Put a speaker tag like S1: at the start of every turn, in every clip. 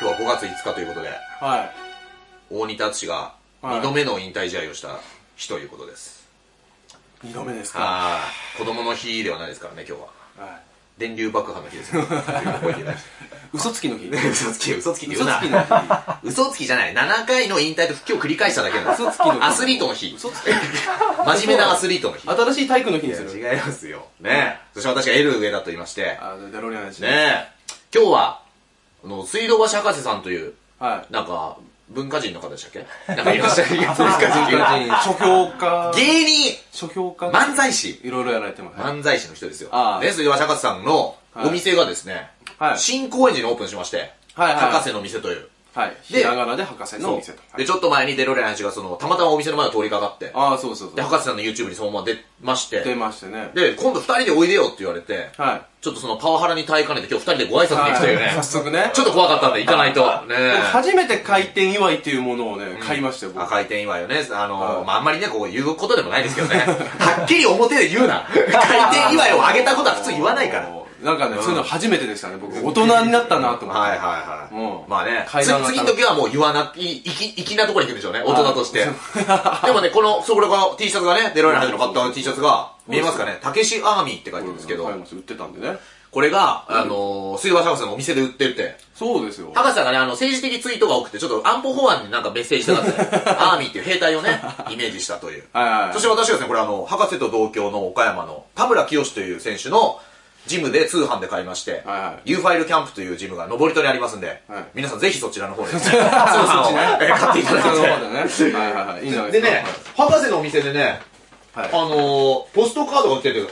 S1: 5月5日ということで、
S2: はい。
S1: 大仁田敦が
S2: はい
S1: 2度目の引退試合をした日ということです。
S2: 二度目ですか。
S1: はい。子供の日ではないですからね、今日は。
S2: は
S1: 電流爆破の日ですよ。覚えてない。
S2: い。嘘つきの日。
S1: 嘘つき、嘘つきって言
S2: 嘘
S1: う
S2: つ
S1: な
S2: き。の 日。
S1: 嘘つきじゃない。7回の引退と復帰を繰り返しただけなんです。
S2: 嘘つきの日
S1: アスリートの日。
S2: 嘘つき。
S1: 真面目なアスリートの日。
S2: 新しい体育の日にす
S1: い
S2: る。
S1: や違いますよ。ねそして私が L 上だと言いまして、
S2: あ、だろうに話。
S1: ね。今日は、あの、水道橋博士さんという、
S2: は
S1: なんか、文化人の方でしたっけなんかいらっしゃる。文化 人っていうか
S2: い。書評家。
S1: 芸人、
S2: 書評家。
S1: 漫才師。
S2: いろいろやられてます。はい。
S1: 漫才師の人ですよ。
S2: ああ
S1: ね、水道橋博士さんのお店がですね、
S2: はい
S1: 新高円寺にオープンしまして、
S2: はいはい
S1: 博士の店という。
S2: はい。
S1: で
S2: ひらがなで博士のお店と。
S1: そう
S2: はい
S1: で、ちょっと前にデロリアン氏がその、たまたまお店の前を通りかかって、
S2: ああ、そうそう
S1: で、
S2: そう。
S1: 博士さんの YouTube にそのまま出まして、
S2: 出ましてね。
S1: で、今度二人でおいでよって言われて、
S2: は
S1: ちょっとそのパワハラに耐えかねて今日二人でご挨拶
S2: い。
S1: に行くというね、
S2: はい早速ね
S1: ち。ょっと怖かったんで行かないと。ねえ
S2: 初めて開店祝いっていうものをね、買いましたよ、僕。
S1: 赤い点祝いをね、あの
S2: はい
S1: まあ、あんまりね、こう言うことでもないですけどね。はっきり表で言うな。開店祝いをあげたことは普通言わないから。
S2: もうなんかね、そういうの初めてでしたね、僕。大人になったなと思って。
S1: はいはいはい。
S2: もう
S1: まあね、
S2: 階
S1: つ
S2: 段が
S1: 次の時はもう言わな、い、いき、いきなところに行くんでしょうね、大人として。でもね、この、そこらが T シャツがね、デロイランの買った T シャツが、見えますかね、たけしアーミーって書いてるんですけど
S2: 買い、ます売ってたんでね。
S1: これが、あのー、水橋博士のお店で売ってるって。
S2: そうですよ。
S1: 博士さんがね、あの、政治的ツイートが多くて、ちょっと安保法案になんかメッセージしたか った。アーミーっていう兵隊をね、イメージしたという。
S2: はいはいはい
S1: そして私がですね、これあの、博士と同郷の岡山の田村清という選手のジムで通販で買いまして、
S2: はいはい
S1: U ファイルキャンプというジムが上り戸にありますんで、
S2: はい
S1: 皆さんぜひそちら の方でですね、あのえ買っていただ
S2: そういう
S1: い
S2: ことね。はいはいはい。いいんじゃない
S1: て。で
S2: ですか。
S1: ね、博士のお店でね、
S2: はい。
S1: あのー、ポストカードが売ってる。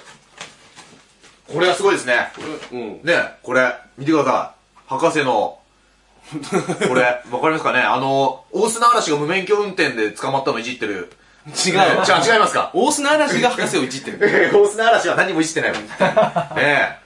S1: これはすごいですね。
S2: うん。
S1: ねこれ見てください博士のこれ わかりますかねあの大砂嵐が無免許運転で捕まったのいじってる
S2: 違う。
S1: ねじゃあ違いますか
S2: 大砂嵐が博士をいじってる。
S1: 大砂嵐は何もいじって ないもんね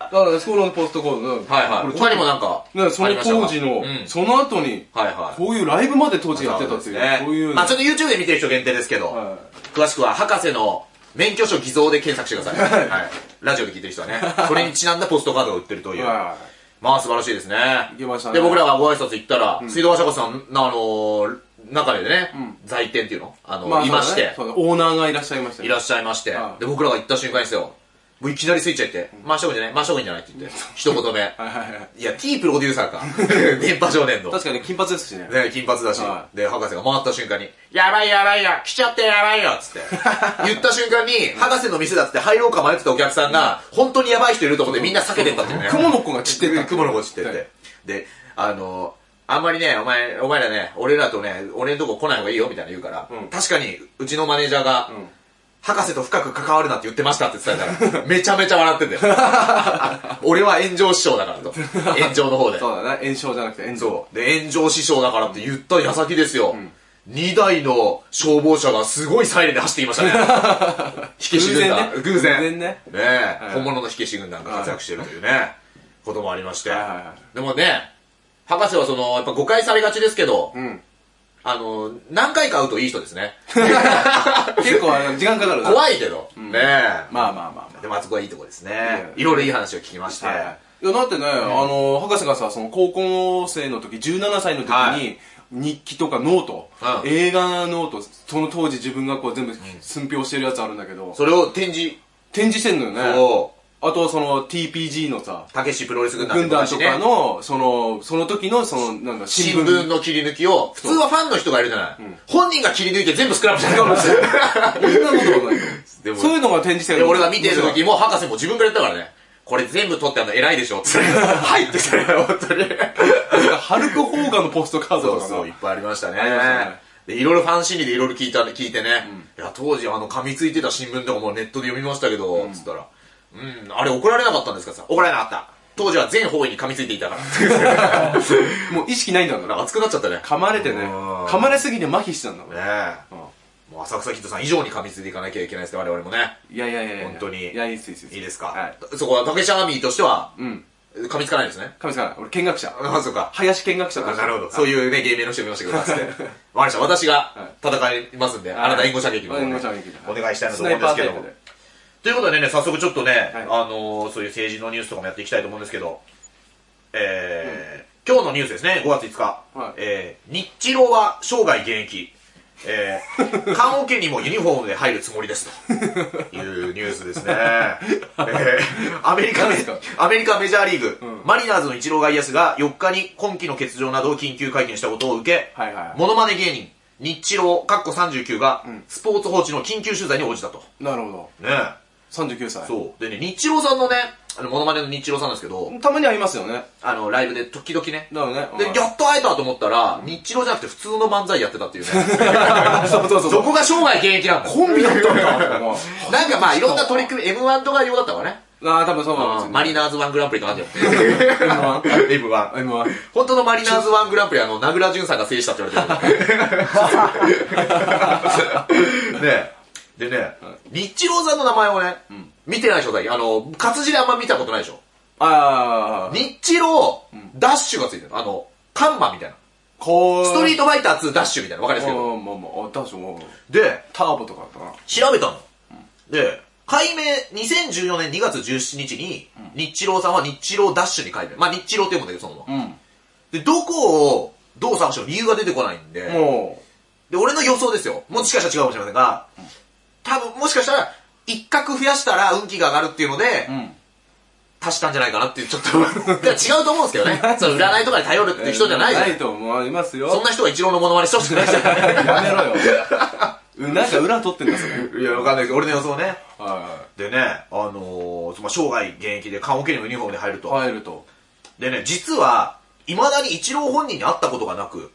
S2: だから、そこのポストコードね。
S1: はいはい
S2: こ
S1: 他
S2: れ
S1: にもなんか
S2: ね、そ
S1: あ
S2: の
S1: りましたか
S2: 当時の
S1: う、ん
S2: その後に、
S1: はいはい
S2: こういうライブまで当時やってた
S1: そう
S2: っ
S1: です
S2: ていう、
S1: ね
S2: そういうね。
S1: まあちょっと YouTube で見てる人限定ですけど、
S2: は
S1: 詳しくは博士の免許証偽造で検索してく ださい、はい、ラジオで聞いてる人はねそれにちなんだポストカードを売ってるとい
S2: いうは
S1: まあ素晴らしいですね。
S2: 行きましたね
S1: で、僕らがご挨拶行ったら、水道橋博士さんの、あのー中でね、在店っていうのあの、
S2: い。まあ
S1: いまして、
S2: そうだねそうだねオーナーがいらっしゃいましたね
S1: いらっしゃいまして、
S2: はい
S1: で、僕らが行った瞬間ですよ、もういきなりスイッチ入って、回した方がいいんじゃない回した方がいいんじゃないって 言って、一言目。
S2: はいはいはい。
S1: いや、T プロデューサ ーか。電波少年の。
S2: 確かに金髪ですしね。
S1: ね、金髪だし、
S2: は
S1: で、博士が回った瞬間に、やばいやばいや、来ちゃってやばいよっつ って、言った瞬間に、博士の店だっつって入ろうか迷ってたお客さんが、本当にやばい人いると思ってみんな避けてったっていうね。
S2: 雲の子が散ってった。
S1: 雲の子知ってて、
S2: はい
S1: であのあんまりねお前お前らね俺らとね俺のとこ来ない方がいいよみたいな言うから、
S2: うん
S1: 確かにうちのマネージャーが、
S2: ん
S1: 博士と深く関わるなって言ってましたって伝えたら めちゃめちゃ笑ってんだよ俺は炎上師匠だから と炎上の方で
S2: そうだね。炎症じゃなくて炎症。
S1: そうで炎上師匠だからって言った矢先ですよ、2台の消防車がすごいサイレンで走ってきましたね。 火消し軍団。偶然。
S2: 偶然ね偶然ね
S1: ねえ、
S2: はい
S1: 本物の火消し軍団が活躍してるというね、こともありまして。
S2: はいはいは
S1: でもね、博士はその、やっぱ誤解されがちですけど、
S2: ん
S1: あの、何回か会うといい人ですね。
S2: 結構あれ時間かかるな。
S1: 怖いけ ど、ねえ。
S2: まあまあまあま
S1: でもあそこはいいとこですね
S2: や。
S1: いろいろいい話を聞きまして。
S2: あ。はい。いや、だってね、あの、博士がさ、その高校生の時、17歳の時
S1: は
S2: に、日記とかノート、
S1: うん
S2: 映画ノート、その当時自分がこう全部寸評してるやつあるんだけど、
S1: それを展示
S2: 展示してんのよね。
S1: を、
S2: あとはその TPG のさ、
S1: たけしプロレス軍団
S2: 軍団と
S1: 昔ね
S2: かの、その、その時の、その、なんだ、
S1: 新聞の切り抜きを、普通はファンの人がいるじゃない。本人が切り抜いて全部スクラップしてる
S2: そんなことないよ
S1: でも
S2: そういうのが展示して
S1: で、
S2: る
S1: 俺が見てる時も、博士も自分から言ったからね、これ全部撮ってあの偉いでしょ って。はいって言ったよ、本当に。
S2: ハルク・ホーガのポストカー
S1: そ
S2: ド
S1: う
S2: と
S1: そう、
S2: か
S1: いっぱいありましたね
S2: ありましたね。
S1: で、いろいろファン心理でいろいろ聞いた、聞いてね、いや、当時あの、噛みついてた新聞とかもネットで読みましたけど、つったら、うん、あれ怒られなかったんですかさ、怒られなかった。当時は全方位に噛みついていた から。
S2: さ、 もう意識ないんだろう
S1: なん
S2: な。
S1: か熱くなっちゃったね。
S2: 噛まれてね、
S1: うん
S2: 噛まれすぎて麻痺してたんだもん。
S1: ねえ。もう浅草キッドさん以上に噛みついていかなきゃいけないですね、我々もね。
S2: いやいやいやいや
S1: 本当に
S2: いや、いいっす、いいっす。
S1: いいですか、
S2: はい。
S1: そこは、竹下アーミーとしては、
S2: うん。
S1: 噛みつかないですね。
S2: 神様、俺見学者。
S1: あ、そうか。
S2: 林見学者と
S1: あ
S2: して
S1: なるほど。そういうね、芸名の人見ましたけど、つ って。わかりました。私が戦いますんで、あなた援護射撃の方で
S2: 援護射撃で
S1: お願いしたいな
S2: ス
S1: と
S2: ナ
S1: 思う
S2: イ
S1: んで
S2: パ
S1: す
S2: ー
S1: けど
S2: タ
S1: も
S2: イプ。で。
S1: ということでね、早速ちょっとね、
S2: はい
S1: あのーそういう政治のニュースとかもやっていきたいと思うんですけど、えー今日のニュースですね、5月5日。
S2: はい
S1: えー、日チロは生涯現役。え ー、缶オケにもユニフォームで入るつもりですというニュース ですね。えー、アメリカメ
S2: 何ですか
S1: アメリカメジャーリーグ、
S2: ん
S1: マリナーズのイチローがイエスが4日に今季の欠場などを緊急会見したことを受け、
S2: はいはい
S1: モノマネ芸人、日チロー、かっこ39が、スポーツ報知の緊急取材に応じたと。
S2: なるほど。
S1: ね
S2: 39歳。
S1: そう。でね、日ローさんのね、あの、モノマネの日ローさんなんですけど、
S2: たまにはいますよね。
S1: あの、ライブで時々ね、
S2: だよね。
S1: で、
S2: うん
S1: やっと会えたと思ったら、日露じゃなくて普通の漫才やってたっていうね。
S2: そうそうそう
S1: そこが生涯現役なの。
S2: コンビだったん
S1: な
S2: だ。
S1: んかまあいろんな取り組み、M1 とか用だったわね。
S2: ああ、多分そうなんですよ、ね。
S1: マリナーズ1グランプリとかある じゃん。M1。
S2: M1。
S1: 本当のマリナーズ1グランプリ、あの、名倉潤さんが制したって言われて る。ねえ。でね、日露さんの名前をね、見てない人だけ、あの、活字であんま見たことないでしょ。
S2: ああ、
S1: 日露、ダッシュがついてる。あの、カンマみたいな。
S2: こう。
S1: ストリー
S2: ー
S1: トファイター2ダッシュみたいな。わかりますけど。
S2: まあまあまあ、あ、確かに。
S1: で、
S2: ターボとかあったな。
S1: 調べたの。で、改名、2014年2月17日に、日露さんは日露ダッシュに改名。まあ日露って読むんだけど、そのまま。
S2: う
S1: で、どこをどう探しても理由が出てこないんで、
S2: も
S1: で、俺の予想ですよ。もしかしたら違うかもしれませんが、多分もしかしたら、一角増やしたら運気が上がるっていうので
S2: う、、ん。
S1: 足したんじゃないかなっていう、ちょっ と、いや違うと思うんですけどね。その占いとかに頼るっていう人じゃないじゃん。
S2: ないと思いますよ。
S1: そんな人が一郎のモノマネしてほしくないじゃん。
S2: やめろよ。 うんなんか裏取ってんだ、それ。は い
S1: いや、わかんないです俺の予想ね。
S2: は
S1: でね、あのー、まあ生涯現役で、缶オケにもユニフォームで入ると。
S2: い。入ると。
S1: でね、実は、未だに一郎本人に会ったことがなく、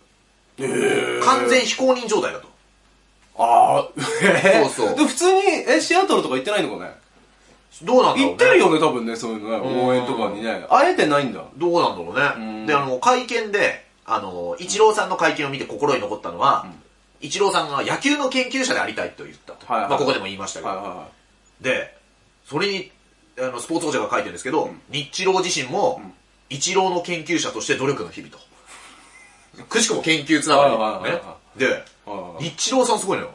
S1: 完全非公認状態だと。
S2: ああ、え
S1: そうそう
S2: で、普通に、え、シアトルとか行ってないのかね
S1: どうなんだろう、ね、
S2: 行ってるよね、多分ね、そういうのね。応援とかにね。会えてないんだ。
S1: どうなんだろう
S2: う
S1: ね。
S2: ん
S1: で、あの、会見で、あの、イチローさんの会見を見て心に残ったのは、イチローさんが野球の研究者でありたいと言ったと。
S2: はいはい
S1: まあ、ここでも言いましたけ
S2: はい
S1: ど。
S2: は
S1: で、それに、あの、スポーツ王者が書いてるんですけど、日チロー自身も、イチローの研究者として努力の日々と。くしくも研究つな
S2: はいはい
S1: が
S2: は
S1: り。
S2: い
S1: ね
S2: は。
S1: で、
S2: いはい。
S1: 日チローさんすごいのよ。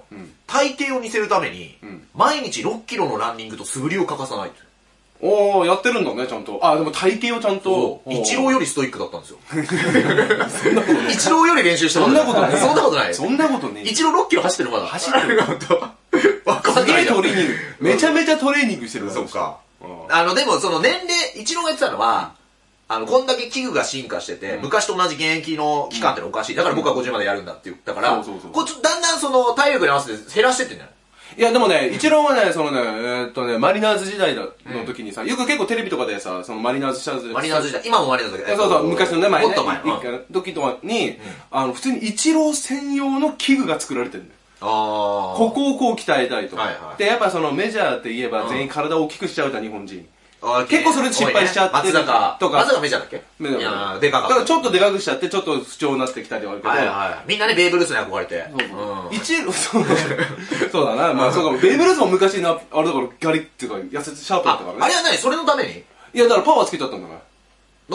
S1: 体型を似せるために、毎日6キロのランニングと素振りを欠かさないという。
S2: おー、やってるんだね、ちゃんと。あ、でも体型をちゃんと。
S1: イチローよりストイックだったん ですよ。イチローより練習してたんだよ
S2: そんなことな い
S1: そんなことない。
S2: そんなことねえ。
S1: イチロー6キロ走ってるまだ。走ってるかと。 わか
S2: す
S1: んな
S2: げ
S1: い
S2: え
S1: じゃん
S2: トレーニング。めちゃめちゃトレーニングしてる。
S1: そうか。
S2: うん。
S1: あの、でもその年齢、イチローが言ってたのは、あの、こんだけ器具が進化してて、昔と同じ現役の期間ってのはおかしい。だから僕は50までやるんだって言ったから、
S2: そうそうそう
S1: こっちだんだんその体力に合わせて減らしてってんじゃない
S2: いや、でもね、イチローはね、そのね、えーっとね、マリナーズ時代の時にさ、よく結構テレビとかでさ、そのマリナーズシャツ。
S1: マリナーズ時代、今もマリナーズだけ
S2: え
S1: ど。
S2: そうそう、昔のね、前ね。
S1: もっと前。
S2: 一回時とかに、あの、普通にイチロー専用の器具が作られてるんだよ。
S1: あ
S2: ここをこう鍛えたいと
S1: はいは。い
S2: で、やっぱそのメジャーって言えば全員体を大きくしちゃうじゃん、日本人。
S1: あ
S2: 結構それで失敗しちゃってる
S1: 松坂
S2: とか
S1: 松坂メジャーだっけ
S2: メジャー
S1: いやーでかか
S2: だ
S1: った。
S2: からちょっとでかくしちゃって、ちょっと不調になってきたりはあるけど。
S1: はいはい。みんなね、ベーブ・ルースに憧れて。
S2: そうそう
S1: うん
S2: 一路、 そうそうだな、まあそうかも、ベーブ・ルースも昔な、あれだからガリっていうか、痩せてシャープだったか
S1: あ、あ
S2: らね
S1: れ。は何それのために
S2: いや、だからパワーつけちゃったんだから。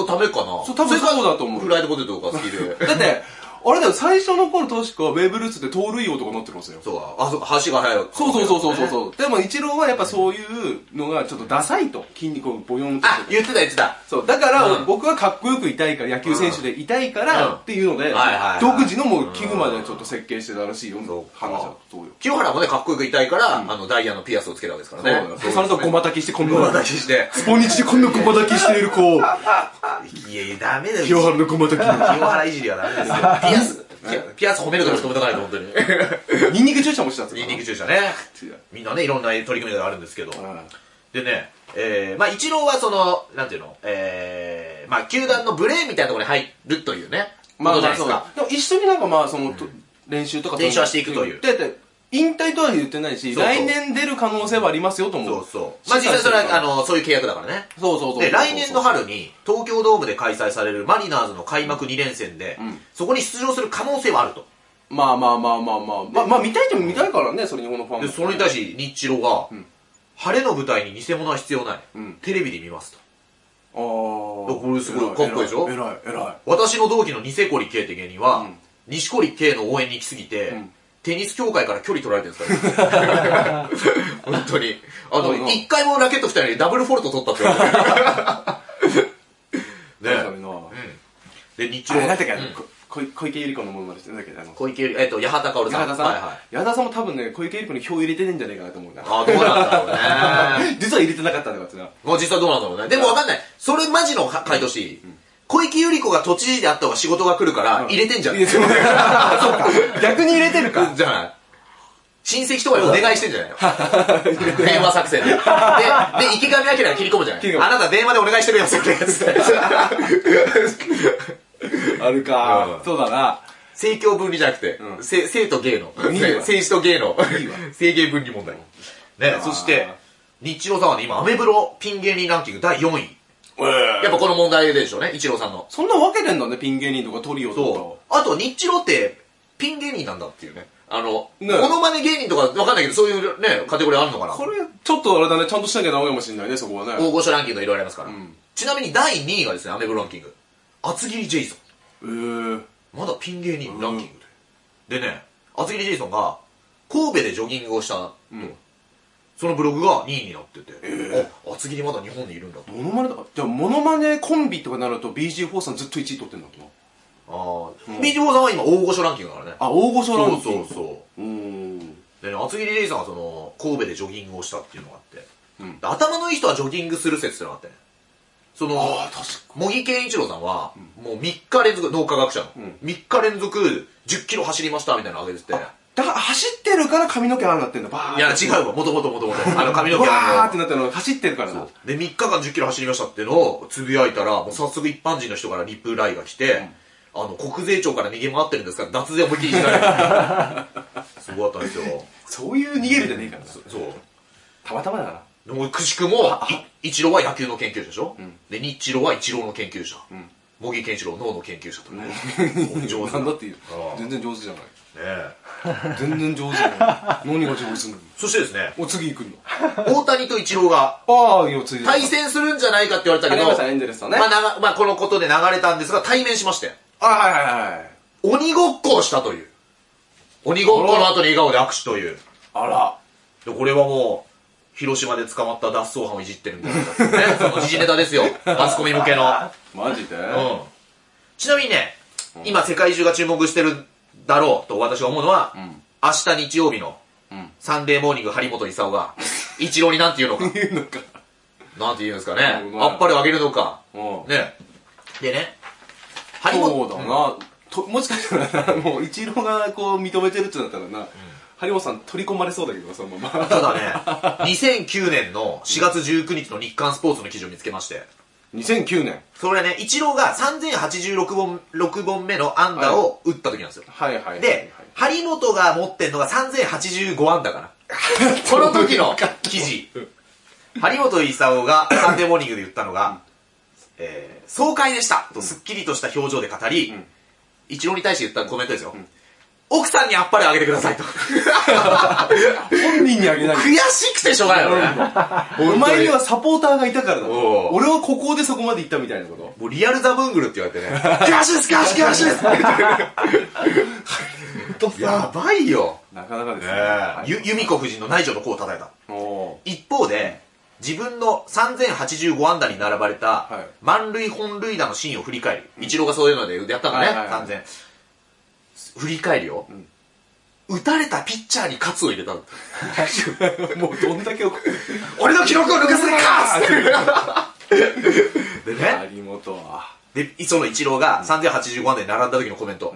S1: のためかな
S2: そう多分
S1: れから
S2: そうだと思う
S1: フライドポテトが好 きで。
S2: だって、あれだよ、最初の頃確かベーブ・ルースって盗塁王とかなってますよ。
S1: そうだ。あ、そうか、足が速い。
S2: そうそうそうそうそう。そう でも、イチローはやっぱそういうのがちょっとダサいと。筋肉をボヨンと
S1: あ、言ってた言ってた。
S2: そう。だから、
S1: うん
S2: 僕はかっこよくいたいから、野球選手でいたいから、
S1: うん
S2: っていうので、
S1: いはいはい
S2: 独自のもう器具までちょっと設計してたらしいよ、
S1: そうか
S2: 話だと。そうよ。
S1: 清原もね、かっこよくいたいから、あの、ダイヤのピアスをつけたわけですから
S2: そうだ
S1: ね。
S2: よ。その後、ごまたきして、こん
S1: ごま
S2: な
S1: たきして。
S2: スポニチでこんなごまたきしている子を、
S1: いやいや、ダメだよ。
S2: 清原のごまたき。
S1: 清原いじりはダメですよ。ピアス。ピアピアス褒めるとかしか褒めとかないと、本当に。
S2: ニンニク注射もしたんです
S1: ニ
S2: よ。
S1: ンニク注射ね。みんなね、いろんな取り組みがあるんですけど。でね、えー、まあ、一郎はその、なんていうの、えー、まあ、球団のブレーンみたいなところに入るというね、
S2: ま
S1: こ
S2: あ
S1: とじゃないです
S2: まあそうだ
S1: か。。
S2: でも一緒になんかまあその、と練習とか
S1: 練習はしていくという
S2: だって、引退とは言ってないし、
S1: そうそう
S2: 来年出る可能性はありますよと思う。
S1: そうそう。まあ、実際それは、あの、そういう契約だからね。
S2: そうそうそう。
S1: で、来年の春に、東京ドームで開催されるマリナーズの開幕2連戦で、そこに出場する可能性はあると。
S2: まあまあまあまあまあ。まあ、まあ見たいとも見たいからね、それ日本のファンも。
S1: で、それに対し、日露が、晴れの舞台に偽物は必要ない。
S2: ん
S1: テレビで見ますと。
S2: ああ。こ
S1: これすごいかっこいいでしょ
S2: 偉い、偉い。
S1: 私の同期のニセコリ K って芸人は、西コリ K の応援に行きすぎて、テニス協会から距離取られてるんですから、 ね、本当に。あ
S2: うんうん
S1: の、一回もラケット二人 にダブルフォルト取ったって言われてる。
S2: 確か
S1: ね
S2: にな。
S1: で、日
S2: あ
S1: 露
S2: れなんだっけ、
S1: うん
S2: ここ小池百合子のものまでしてなんだっけあの
S1: 小池百合、えっと、八幡薫さ
S2: 矢
S1: ん。
S2: 田さん、
S1: はいはい。
S2: 矢田さんも多分ね小池百合子に票入れてねえんじゃねえかなと思うな
S1: ああ、どうなんだろうね。
S2: 実は入れてなかったとかってな
S1: もう実際どうなんだろうね。でもわかんない。それマジのか回答していい小池百合子が都知事であった方が仕事が来るから、入れてんじゃん。
S2: 入れて もねそうか逆に入れてるか
S1: じゃない親戚とかにお願いしてんじゃない の電話作戦で。で、で池上彰が切り込むじゃな
S2: 切り
S1: い
S2: 込む
S1: あなた電話でお願いしてるやつよねつって。
S2: あるか、
S1: うん
S2: そうだな
S1: 政教分離じゃなくて、
S2: うん
S1: せ性と芸の。
S2: いいわ
S1: 政治と芸の。性芸分離問題。ね、そして、日露さんはね、今、アメブロピン芸人ランキング第4位。やっぱこの問題でしょうね、一郎さんの。
S2: そんな分けてんだねピン芸人とかトリオと
S1: そう。あと、日露って、ピン芸人なんだっていうね。あの、
S2: ね
S1: モノマネ芸人とかわかんないけど、そういうね、カテゴリーあるのかな
S2: か。これちょっとあれだねちゃんとしなきゃダメかもしれないねそこはね
S1: 大御所ランキングいろいろありますから。ちなみに第2位がですね、アメブロランキング。厚切りジェイソ
S2: えー、
S1: ン。まだピン芸人ランキングで。でね、厚切りジェイソンが、神戸でジョギングをしたと、そのブログが2位になってて、あ、厚切りまだ日本にいるんだと。
S2: モノマネだでもモノマネコンビとかになると BG4 さんずっと1位取ってんだとな
S1: ああ。ビーチボーさんは今大御所ランキングだからね。
S2: あ大御所
S1: そ
S2: なん
S1: うそうそう。
S2: ううん
S1: でね、厚切りレイさんはその、神戸でジョギングをしたっていうのがあって、
S2: うん
S1: で頭のいい人はジョギングする説っていうのがあってね。その、
S2: ああ確か
S1: 茂木健一郎さんは、もう3日連続、脳科学者の、
S2: ん
S1: 3日連続10キロ走りましたみたいなの上げてて、
S2: だから走ってるから髪の毛ああなってんだバー
S1: いや、違うわ、もともともとも と、あの髪の
S2: わ
S1: 毛
S2: ー
S1: あ
S2: ってなってるの走ってるからな
S1: の、で、3日間10キロ走りましたっていうのをつぶやいたら、もう早速一般人の人からリプライが来て、あの、国税庁から逃げ回ってるんですから、脱税思いっき りしない。すごかったんですよ。
S2: そういう逃げるじゃねえからな
S1: そう。
S2: たまたまだな
S1: でもくしくも、い一郎は野球の研究者でしょ、で、日郎は一郎の研究者。茂木健一郎、脳の研究者とね。もう上手だ
S2: なん
S1: ね
S2: だっていう
S1: ああ
S2: 全然上手じゃない
S1: え
S2: 全然上手じゃ ない何が上手なの
S1: そしてですね、
S2: お次行くの
S1: 大谷と一郎が
S2: ああ今ついで
S1: 対戦するんじゃないかって言われた
S2: あ
S1: け
S2: り
S1: ど、
S2: ましたエンゼルスとね
S1: まあながまあこのことで流れたんですが、対面しまして、
S2: あはいはいはい
S1: 鬼ごっこをしたという。鬼ごっこの後に笑顔で握手という。
S2: あら
S1: で、これはもう、広島で捕まった脱走犯をいじってるみたいな、ね。その時事ネタですよ。マスコミ向けの。
S2: マジで
S1: うんちなみにね、今世界中が注目してるだろうと私が思うのは、
S2: ん
S1: 明日日曜日の
S2: うん
S1: サンデーモーニング張本勲 が、一郎になんて言うのか、
S2: 言うのか
S1: なんて言うんですかね
S2: う、まい
S1: あっぱれをあげるのか、
S2: うん
S1: ね。でね、張
S2: そ
S1: 本、
S2: うだな、ともしかしたらなもう一郎がこう認めてるってなったらな、張本さん取り込まれそうだけどそのまま
S1: ただ ね、2009年の4月19日の日刊スポーツの記事を見つけまして、
S2: 2009年
S1: それね、一郎が3086本 ,6 本目の安打を打った時なんですよ。
S2: はいはいはい
S1: で、張本が持ってんのが3085安だから。 この時の記事。張本勲がサンデーモーニングで言ったのが、えー、爽快でしたとすっきりとした表情で語り、一郎に対して言ったコメントですよ。奥さんにあっぱれあげてくだ さいと。
S2: 本人にあ げない
S1: 悔しくてしょうがないよね。
S2: お前にはサポーターがいたからだ
S1: おう
S2: 俺はここでそこまで行ったみたいなこと
S1: もうリアルザブングルって言われてね、悔しいです悔しい悔しいです やばいよ。
S2: なかなかですね
S1: ねゆ、由美子夫人の内助の功を叩いた。
S2: おう
S1: 一方で、自分の3085安打に並ばれた
S2: はい、
S1: 満塁本塁打のシーンを振り返り、一郎がそういうのでやったんだね、
S2: はいはいはい
S1: 3000。振り返りを、打たれたピッチャーに喝を入れたの。
S2: もうどんだけ怒る
S1: 俺の記録を抜かせるかっつ ってでね、
S2: 張本は
S1: で、その一郎が3085安打に並んだ時のコメント。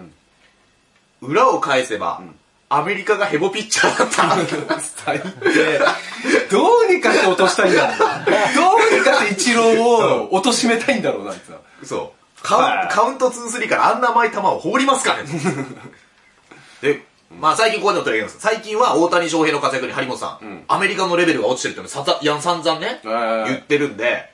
S1: 裏を返せば、アメリカがヘボピッチャーだっ た。
S2: 最低どうにかして落としたいんだろうなどうにかして一郎を貶としめたいんだろうなあいつは
S1: そう。カウ
S2: は
S1: ン
S2: い
S1: カウント2-3からあんな甘い球を放りますかね で、まあ最近こういうの取り上げます。最近は大谷翔平の活躍に張本さん、
S2: ん
S1: アメリカのレベルが落ちてるっていうのさざいや散々ね、
S2: はいはいはい
S1: 言ってるんで、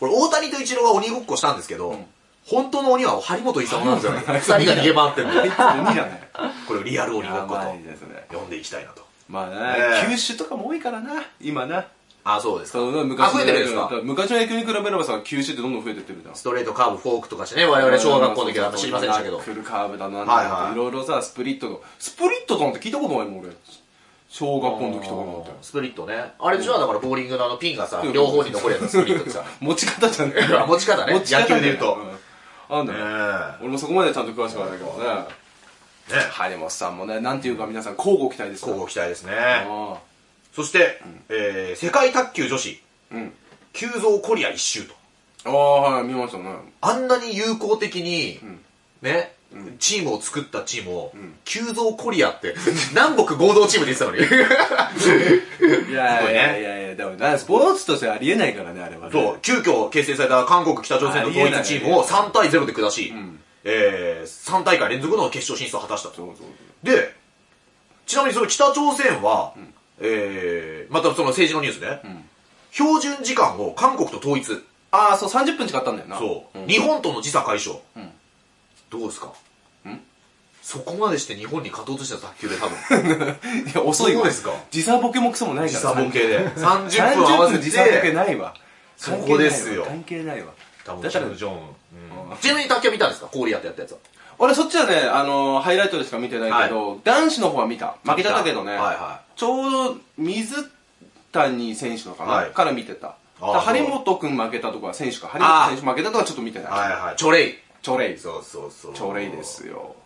S1: これ大谷と一郎は鬼ごっこしたんですけど、本当の鬼は張本勲なんです よね。二人が逃げ回ってるん
S2: あい
S1: で
S2: つ。鬼だね
S1: これをリアル鬼ご
S2: や
S1: っこ
S2: ば
S1: と
S2: いですね
S1: 呼んでいきたいなと。
S2: まあ
S1: ね
S2: ね
S1: え
S2: 球種とかも多いからな今な
S1: あ、そうですか。
S2: その
S1: あ、
S2: 昔
S1: 増え
S2: の
S1: てる
S2: 野
S1: んです
S2: 球
S1: か
S2: 昔の野球に比べればさ球種ってどんどん増えてってるじゃん
S1: ストレート、カーブ、フォークとかしてね、我々小学校の時はあんま知りませんでしたけど
S2: ナッ。クルカーブだなん
S1: はい
S2: だ
S1: は
S2: っ
S1: い
S2: ていろいろさ、スプリットとか。スプリットとかなんて聞いたことないもん、俺。小学校の時とかなんて。
S1: スプリットね。あれでしょだからボーリングのあのピンがさ
S2: う、ん
S1: 両方に残るやつ、スプリットってさ。
S2: 持ち方じゃね
S1: 持ち方ね
S2: 持ち方
S1: 野球で言うと
S2: んあんだ
S1: ね
S2: ね
S1: え
S2: 俺もそこまでちゃんと詳しくはないけどね
S1: ね
S2: 張本さんもねなんていうか皆さん交互期待です
S1: 交互期待ですね
S2: 互
S1: そして、えー世界卓球女子
S2: うん
S1: 急増コリア一周と
S2: ああはい見ましたね
S1: あんなに友好的に、ね、チームを作ったチームを、急増コリアって、南北合同チームで言ってたのに。
S2: いやいやいやいやでもなスポーツとしてありえないからねあれはね
S1: そう、急遽形成された韓国、北朝鮮の統一チームを3対0で下し、えー、3大会連続の決勝進出を果たしたと。
S2: そうそう
S1: で、ちなみにその北朝鮮は、えー、またその政治のニュースね、標準時間を韓国と統一。
S2: ああそう30分違ったんだよな
S1: そう、
S2: ん
S1: 日本との時差解消、どうですか
S2: ん
S1: そこまでして日本に勝とうとした卓球で多分
S2: いや遅い
S1: そう
S2: わ
S1: ですか
S2: 時差ボケもクソもない
S1: 時
S2: から
S1: 差ボケで30
S2: 30
S1: 分
S2: 分
S1: 合わせ
S2: 時差ボケ
S1: て
S2: ないわ
S1: そこですよ
S2: 関係ないわ
S1: 多分
S2: だから
S1: キムジョンうんちなみに卓球見たんですかコリアってやったやつは
S2: 俺そっちはねあのーハイライトでしか見てないけど男子の方は見た負けちゃったけどね
S1: はいは
S2: ちょうど水谷選手のかな、
S1: はい
S2: から見てた。
S1: ああ
S2: だ張本君負けたとか、選手か、張本選手負けたとかちょっと見て
S1: い
S2: ない。
S1: はいはいチョレイ
S2: チョレイ。チ
S1: そうそうそう
S2: ョレイですよ。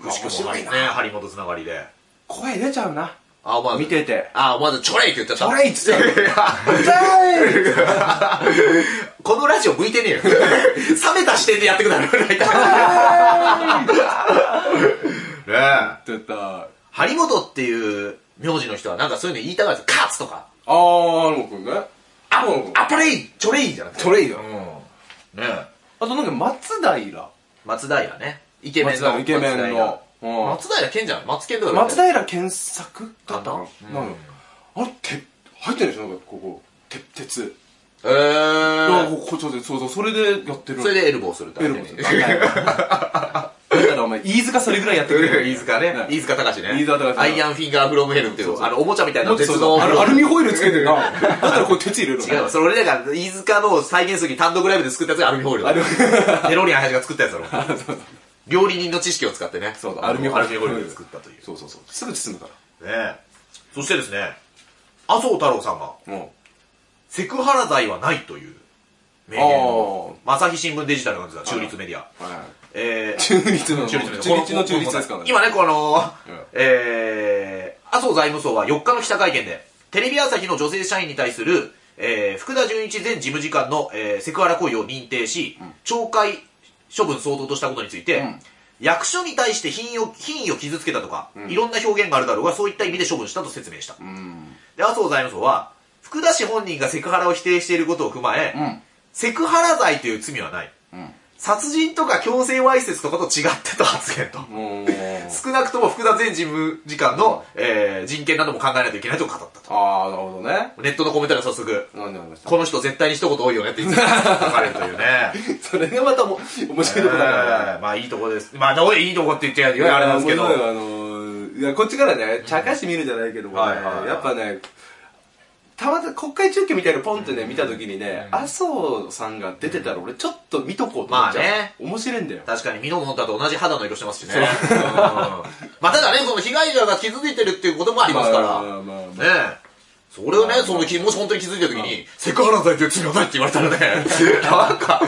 S1: くしくもね
S2: 面白いな
S1: 張本つながりで
S2: 声出ちゃうな。
S1: あまず
S2: 見てて。
S1: あまずチョレイって言っちゃっ
S2: チ
S1: た
S2: ョレイっつってたの。チョレイ
S1: このラジオ向いてねえ よ冷めた視点でやってくだろねえ
S2: ってた。あ
S1: 張本っていう名字の人はなんかそういうの言いたがるんですよ。カツとか。
S2: ー、ハルモ君ね。
S1: あ
S2: そうそう、
S1: アパレイチョレイじゃなくて。
S2: チョレイだ
S1: うん。ねえ
S2: あとなんか松平。
S1: 松平ね。イケメン
S2: 松平
S1: の。
S2: イケメン
S1: 松
S2: の
S1: 平
S2: うん
S1: 松平健じゃん。松健とかだよね。
S2: 松平健作だった
S1: か
S2: の
S1: な
S2: なのあれ、鉄、入ってるでしょなんかここ。鉄、鉄。
S1: えー。
S2: あここちょっとそうそう、それでやってる。
S1: それでエルボーするって
S2: ベルボス。 だからお前、飯塚それぐらいやってくれる。
S1: 飯塚ね。飯塚隆ね。
S2: 飯塚隆
S1: アイアンフィンガーフロムヘルっていう、あの、おもちゃみたいな
S2: もっと
S1: 鉄
S2: そう
S1: の。
S2: そうあのアルミホイルつけてるな。 だったらこう鉄入れるの。
S1: 違うわそれ俺だから、飯塚の再現する単独ライブで作ったやつがアルミホイルだ
S2: アルミ
S1: デロリアン林が作ったやつだろ。料理人の知識を使ってね。
S2: そうだ
S1: ア
S2: ア
S1: ル
S2: ル
S1: ミ
S2: ミ
S1: ホイ
S2: ホイル
S1: ルで作ったという。
S2: そうそうそう。すぐ包むか
S1: ねえ。そしてですね、麻生太郎さんが、
S2: ら。うん。
S1: セクハラ罪はないという名言を、朝日新聞デジタルが出た中立メディア。えー、
S2: 中立の
S1: 中立メディア
S2: 中立の中立ですからね。
S1: 今ね、この
S2: うん、
S1: えー、麻生財務省は4日の記者会見で、テレビ朝日の女性社員に対する、えー、福田純一前事務次官の、えーセクハラ行為を認定し、懲戒処分相当としたことについて、
S2: ん
S1: 役所に対して品位を品位を傷つけたとか、いろんな表現があるだろうが、そういった意味で処分したと説明した。
S2: うん。
S1: で、麻生財務省は、福田氏本人がセクハラを否定していることを踏まえ、
S2: ん
S1: セクハラ罪という罪はない。
S2: ん
S1: 殺人とか強制わいせつとかと違ってと発言と。
S2: もう、
S1: 少なくとも福田前事務次官の、えー人権なども考えないといけないと語ったと。
S2: あー、なるほどね。
S1: ネットのコメントで早速、
S2: なんでありました。
S1: この人絶対に一言多いよねって言って書かれるというね。
S2: それがまたも面白いところだからね。
S1: えーまあいいとこです。まあどういいとこって言っちゃうよねあれなんですけど。
S2: 面白いよあのーいや、こっちからね、茶化し見るじゃないけどもね、
S1: はいはいはい
S2: やっぱね、たまたま国会中継みたいなのポンってね、見たときにね、麻生さんが出てたら俺ちょっと見とこうと思っちゃう。
S1: まあね
S2: 面白いんだよ。
S1: 確かにミノモンタと同じ肌の色してますしね。うんまあただね、その被害者が気づいてるっていうこともありますから。
S2: まあまあまあまあ
S1: ねえ。それをね、その、きもし本当に気づいた時に、セクハラ罪という罪はないって言われたらね、 なんか、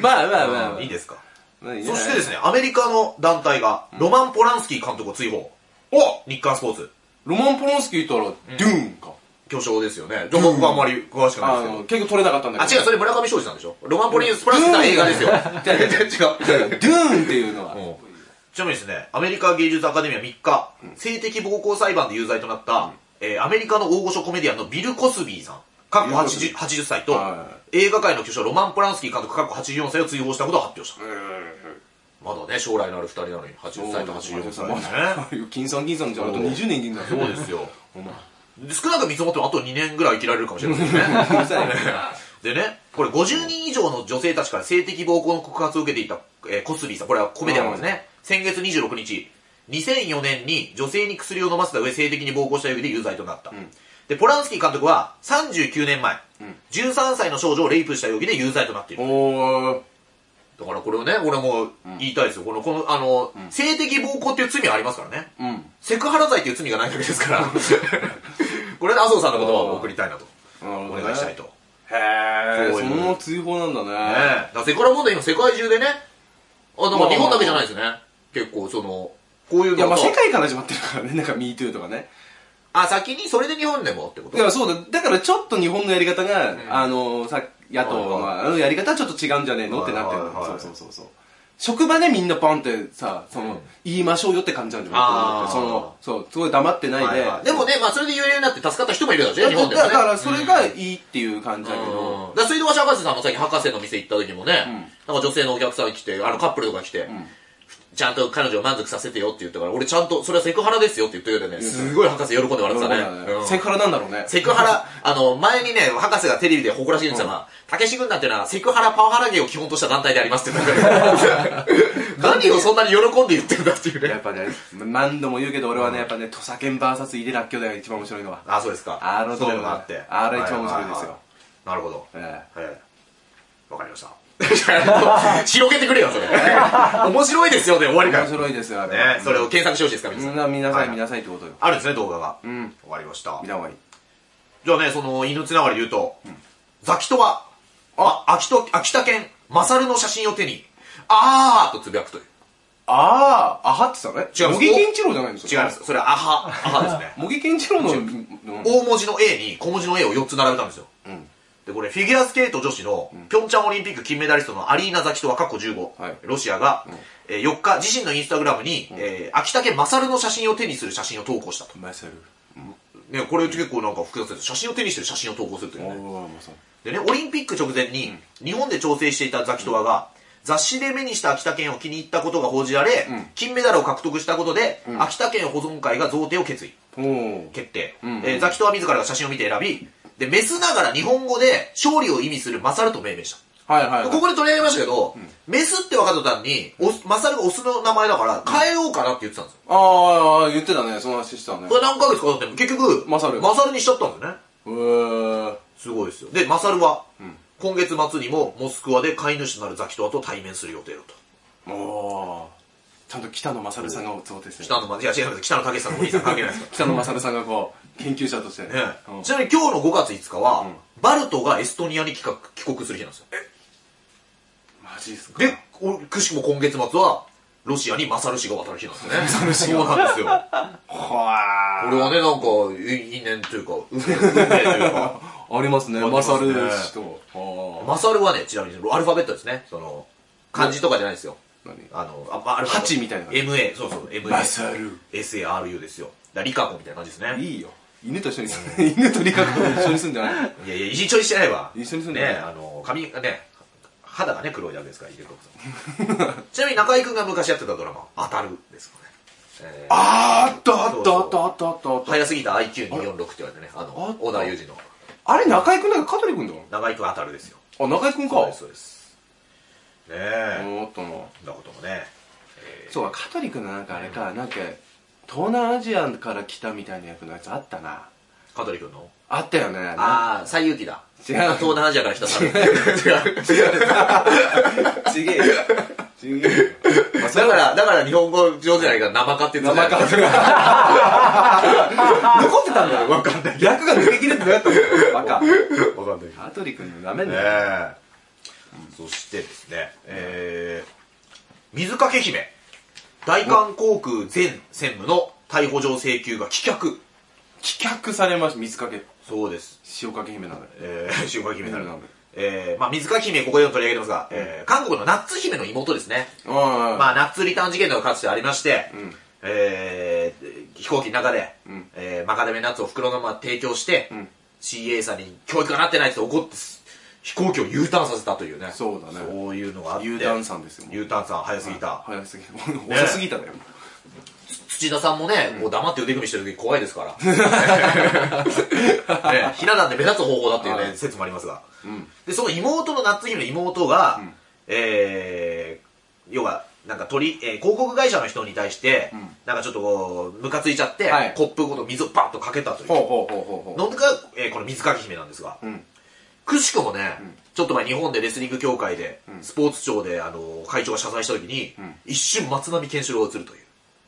S2: まあまあまあまあ。
S1: いいですか。
S2: まあいいね
S1: そしてですね、アメリカの団体が、ロマン・ポランスキー監督を追放。お日刊スポーツ。
S2: ロマン・ポロンスキーいたら、デューンか。
S1: 巨匠ですよね。どこ僕はあんまり詳しくない
S2: あ
S1: ですけど。
S2: の、結局取れなかったんだ
S1: あ、
S2: けど。
S1: 違う、それ村上昌司さんでしょロマン・ポリンス・プランスキーは映画ですよ。 違う。違う
S2: デューンっていうのは、
S1: うんちなみにですね、アメリカ芸術アカデミーは3日、性的暴行裁判で有罪となった、えーアメリカの大御所コメディアンのビル・コスビーさん、過去
S2: ビルコスビ
S1: 80, 80歳と、
S2: は
S1: 映画界の巨匠ロマン・ポランスキー監督、過去84歳を追放したことを発表した。まだね、将来のある2人なのに、80歳と84歳ですね。
S2: 金さん金さんじゃあと20年銀さん。
S1: そうですよ。
S2: お前。
S1: 少なく見積もってもあと2年ぐらい生きられるかもしれません ね。でね、これ50人以上の女性たちから性的暴行の告発を受けていた、えーコスビーさん、これはコメディアンなんですね。先月26日、2004年に女性に薬を飲ませた上性的に暴行した容疑で有罪となった。で、ポランスキー監督は39年前、13歳の少女をレイプした容疑で有罪となっている。
S2: おー。
S1: だからこれをね、俺も言いたいですよ。この、この、あの、性的暴行っていう罪はありますからね。
S2: うん。
S1: セクハラ罪っていう罪がないわけです から。これで麻生さんの言葉を送りたいなと。お願いしたいと。ね
S2: へえ
S1: そう
S2: そ
S1: いう
S2: の追放なんだ
S1: え。だ
S2: ね
S1: からセクハラ問題今世界中でね、あ、なんか日本だけじゃないですね。結構、その、こういう
S2: いや、
S1: の
S2: ま
S1: が
S2: あ、世界から始まってるからね、なんか MeToo とかね。
S1: あ、先にそれで日本でもってこ
S2: い
S1: と
S2: や、そうだ。だからちょっと日本のやり方が、あの、さ、野党の、
S1: は
S2: あのやり方はちょっと違うんじゃねえのってなってる
S1: はいはいは
S2: そ
S1: いう
S2: そうそうそう。職場でみんなパンってさ、その、言いましょうよって感じなんじゃな
S1: あ
S2: い
S1: ー
S2: その、そう、すごい黙ってないで。
S1: はいはいでもね、まあ、それで言えるようになって助かった人もいるだろうし
S2: だ
S1: ね、
S2: か
S1: 日
S2: ら、
S1: 本でもね。
S2: だからそれがいいっていう感じだけ
S1: う
S2: ど、
S1: んだから水道橋博士さんもさっき博士の店行った時もね、なんか女性のお客さん来て、あのカップルとか来て、ちゃんと彼女を満足させてよって言ったから、俺ちゃんと、それはセクハラですよって言ったようでね、すごい博士喜んで笑ってたね。うん
S2: セクハラなんだろうね。
S1: セクハラ、あの、前にね、博士がテレビで誇らしげに言ってたのは、たけし軍団っていうのは、セクハラ、パワハラ芸を基本とした団体でありますって言って た何をそんなに喜んで言ってるんだっていう
S2: や
S1: ね
S2: っ。ぱね、何度も言うけど俺はね、やっぱね、土佐犬 VS 井出らっきょうだよ一番面白いのは。
S1: あ、そうですか。
S2: あの
S1: そういうのがあって。
S2: あれ一番面白いですよ
S1: はははなるほど。
S2: ええ
S1: ええわかりました。 広げてくれよ、 それ。面白いですよね、終わりか
S2: 面
S1: ら。
S2: 白いですよ、あれ。
S1: ね、それを検索してほしいですか、皆
S2: み
S1: さん。
S2: んな見なさい、
S1: は
S2: 見なさいってことよ。
S1: あるんですね、動画が。
S2: うん。
S1: 終わりました
S2: 見。た方がいい。
S1: じゃあね、その、犬つながりで言うと、ザキトは、あ、秋と、秋田県、マサルの写真を手に、あーとつぶやくという。
S2: あー、アハって言った
S1: 違
S2: の
S1: う
S2: ね。茂木健一郎じゃないんです
S1: 違い
S2: よ。
S1: ます。それは、アハ、アハですね。
S2: 茂木健一郎の、うん
S1: 大文字の A に小文字の A を4つ並べたんですよ。で、これ、フィギュアスケート女子の、ピョンチャンオリンピック金メダリストのアリーナ・ザキトは過去15、
S2: はい
S1: ロシアが、えー4日、自身のインスタグラムに、えー秋田県マサルの写真を手にする写真を投稿したと。
S2: マサル。
S1: ね、これ結構なんか複雑です。写真を手にしてる写真を投稿するというね。
S2: おー、マサル。
S1: でね、オリンピック直前に、日本で調整していたザキトワが、雑誌で目にした秋田県を気に入ったことが報じられ、金メダルを獲得したことで、秋田県保存会が贈呈を決意、
S2: おー。
S1: 決定。
S2: んうん
S1: えーザキトワ自らが写真を見て選び、で、メスながら日本語で勝利を意味するマサルと命名した。
S2: はいはいはい。
S1: ここで取り上げましたけど、メスって分かった途端に、オスマサルがオスの名前だから変えようかなって言ってたんですよ。
S2: あー、言ってたね、その話してたね
S1: こ。れ何ヶ月か経っても結局、
S2: マサル
S1: マサルにしちゃったんですよね。
S2: うー。
S1: すごいですよ。で、マサルは、今月末にもモスクワで飼い主となるザキトワと対面する予定だと。
S2: おー。ちゃんと北野勝さんが贈呈してる。
S1: 北野ま、いや違う、北野武さんのお兄さん関係ないですか
S2: 北野勝さんがこう、研究者として。
S1: ら。ね
S2: うん
S1: ちなみに今日の5月5日は、バルトがエストニアに帰国帰国する日なんですよ。
S2: マジっすか
S1: で、おくしくも今月末は、ロシアにマサル氏が渡る日なんですよね。そうなんですよ。
S2: は
S1: これはね、なんか、い因縁というか、運命運命という か。
S2: ありますね、
S1: ありま
S2: マ
S1: す
S2: サ
S1: ね
S2: ル氏と。あ
S1: マサルはね、ちなみにアルファベットですね。その、漢字とかじゃないですよ。
S2: 何
S1: あの、あまあ、アルファベット
S2: ハチみたいな感じ
S1: MA、そうそう、MA。
S2: マサル
S1: SARU ですよ。だからリカコみたいな感じですね。
S2: いいよ。犬と一緒に住んで、 犬とリカクと一緒に住んでない。
S1: いやいや、一緒にしてないわ。
S2: 一緒に住んで
S1: ね
S2: ない
S1: あの、髪がね、肌がね、黒いだけですから、入れる さん。ちなみに中居君が昔やってたドラマ、当たるですよね。えー
S2: あーあったあったあったあったあったあった。
S1: 早すぎた IQ246 って言われてね、あの、
S2: あ
S1: 小田裕二の。
S2: あれ中居くんだけど香取くんだよ。
S1: 中居君当たるですよ。
S2: あ、中居くん
S1: そう
S2: か
S1: で。す、そうです。ね
S2: あ
S1: え、
S2: ーあったな。
S1: そんなこともね。
S2: そうか、香取くんのなんかあれか、なんか、東南アジアから来たみたいな役のやつあったな。
S1: 香取君の
S2: あったよね。な
S1: ああ、西遊記だ。
S2: 違う
S1: 東南アジアから来た猿。違う。
S2: ちげえよ。ちげえよ。
S1: だから、だから日本語上手じゃないから、生かって言ってた
S2: 生
S1: じゃない
S2: 香取が。 残ってたんだよ。わかんない。役が抜け切れてなかったんだよ。バカ。
S1: わかんないけど
S2: 香取くんの舐めん
S1: ね
S2: なよ。
S1: えそしてですね、えー、水掛け姫、大韓航空前専務の逮捕状請求が棄却。
S2: 棄却されました、水かけ。
S1: そうです。
S2: 塩かけ姫なんだよ。
S1: えー、 塩掛け姫なる
S2: なるほど
S1: えー、まあ水掛け姫、ここでも取り上げてますが、えー、韓国のナッツ姫の妹ですね。
S2: ああ。
S1: まあ、ナッツリターン事件とかかつてありまして、
S2: ん
S1: えー、飛行機の中で、
S2: ん
S1: えーマカダミアナッツを袋のまま提供して、
S2: ん
S1: CA さんに教育がなってないって怒って、飛行機を U ターンさせたというね。
S2: そうだね
S1: そういうのがあって。
S2: U ターンさんですよ
S1: U ターンさん、早すぎた。
S2: 早すぎる。遅すぎただよ。
S1: 土田さんもね、こう黙って腕組みしてる時怖いです から。ね、ひな壇で目立つ方法だっていう
S2: は
S1: ね、説もありますが。で、その妹のナッツ姫の妹が、えー、要は、なんか鳥、えー広告会社の人に対して、なんかちょっとこう、ムカついちゃって、
S2: はい
S1: コップごと水をバッとかけたという。
S2: ほうほうほうほうほう。
S1: のが、えーこの水かき姫なんですが、
S2: ん
S1: くしくもね、ちょっと前日本でレスリング協会で、スポーツ庁で、あの、会長が謝罪した時に、一瞬松並健四郎が映るという。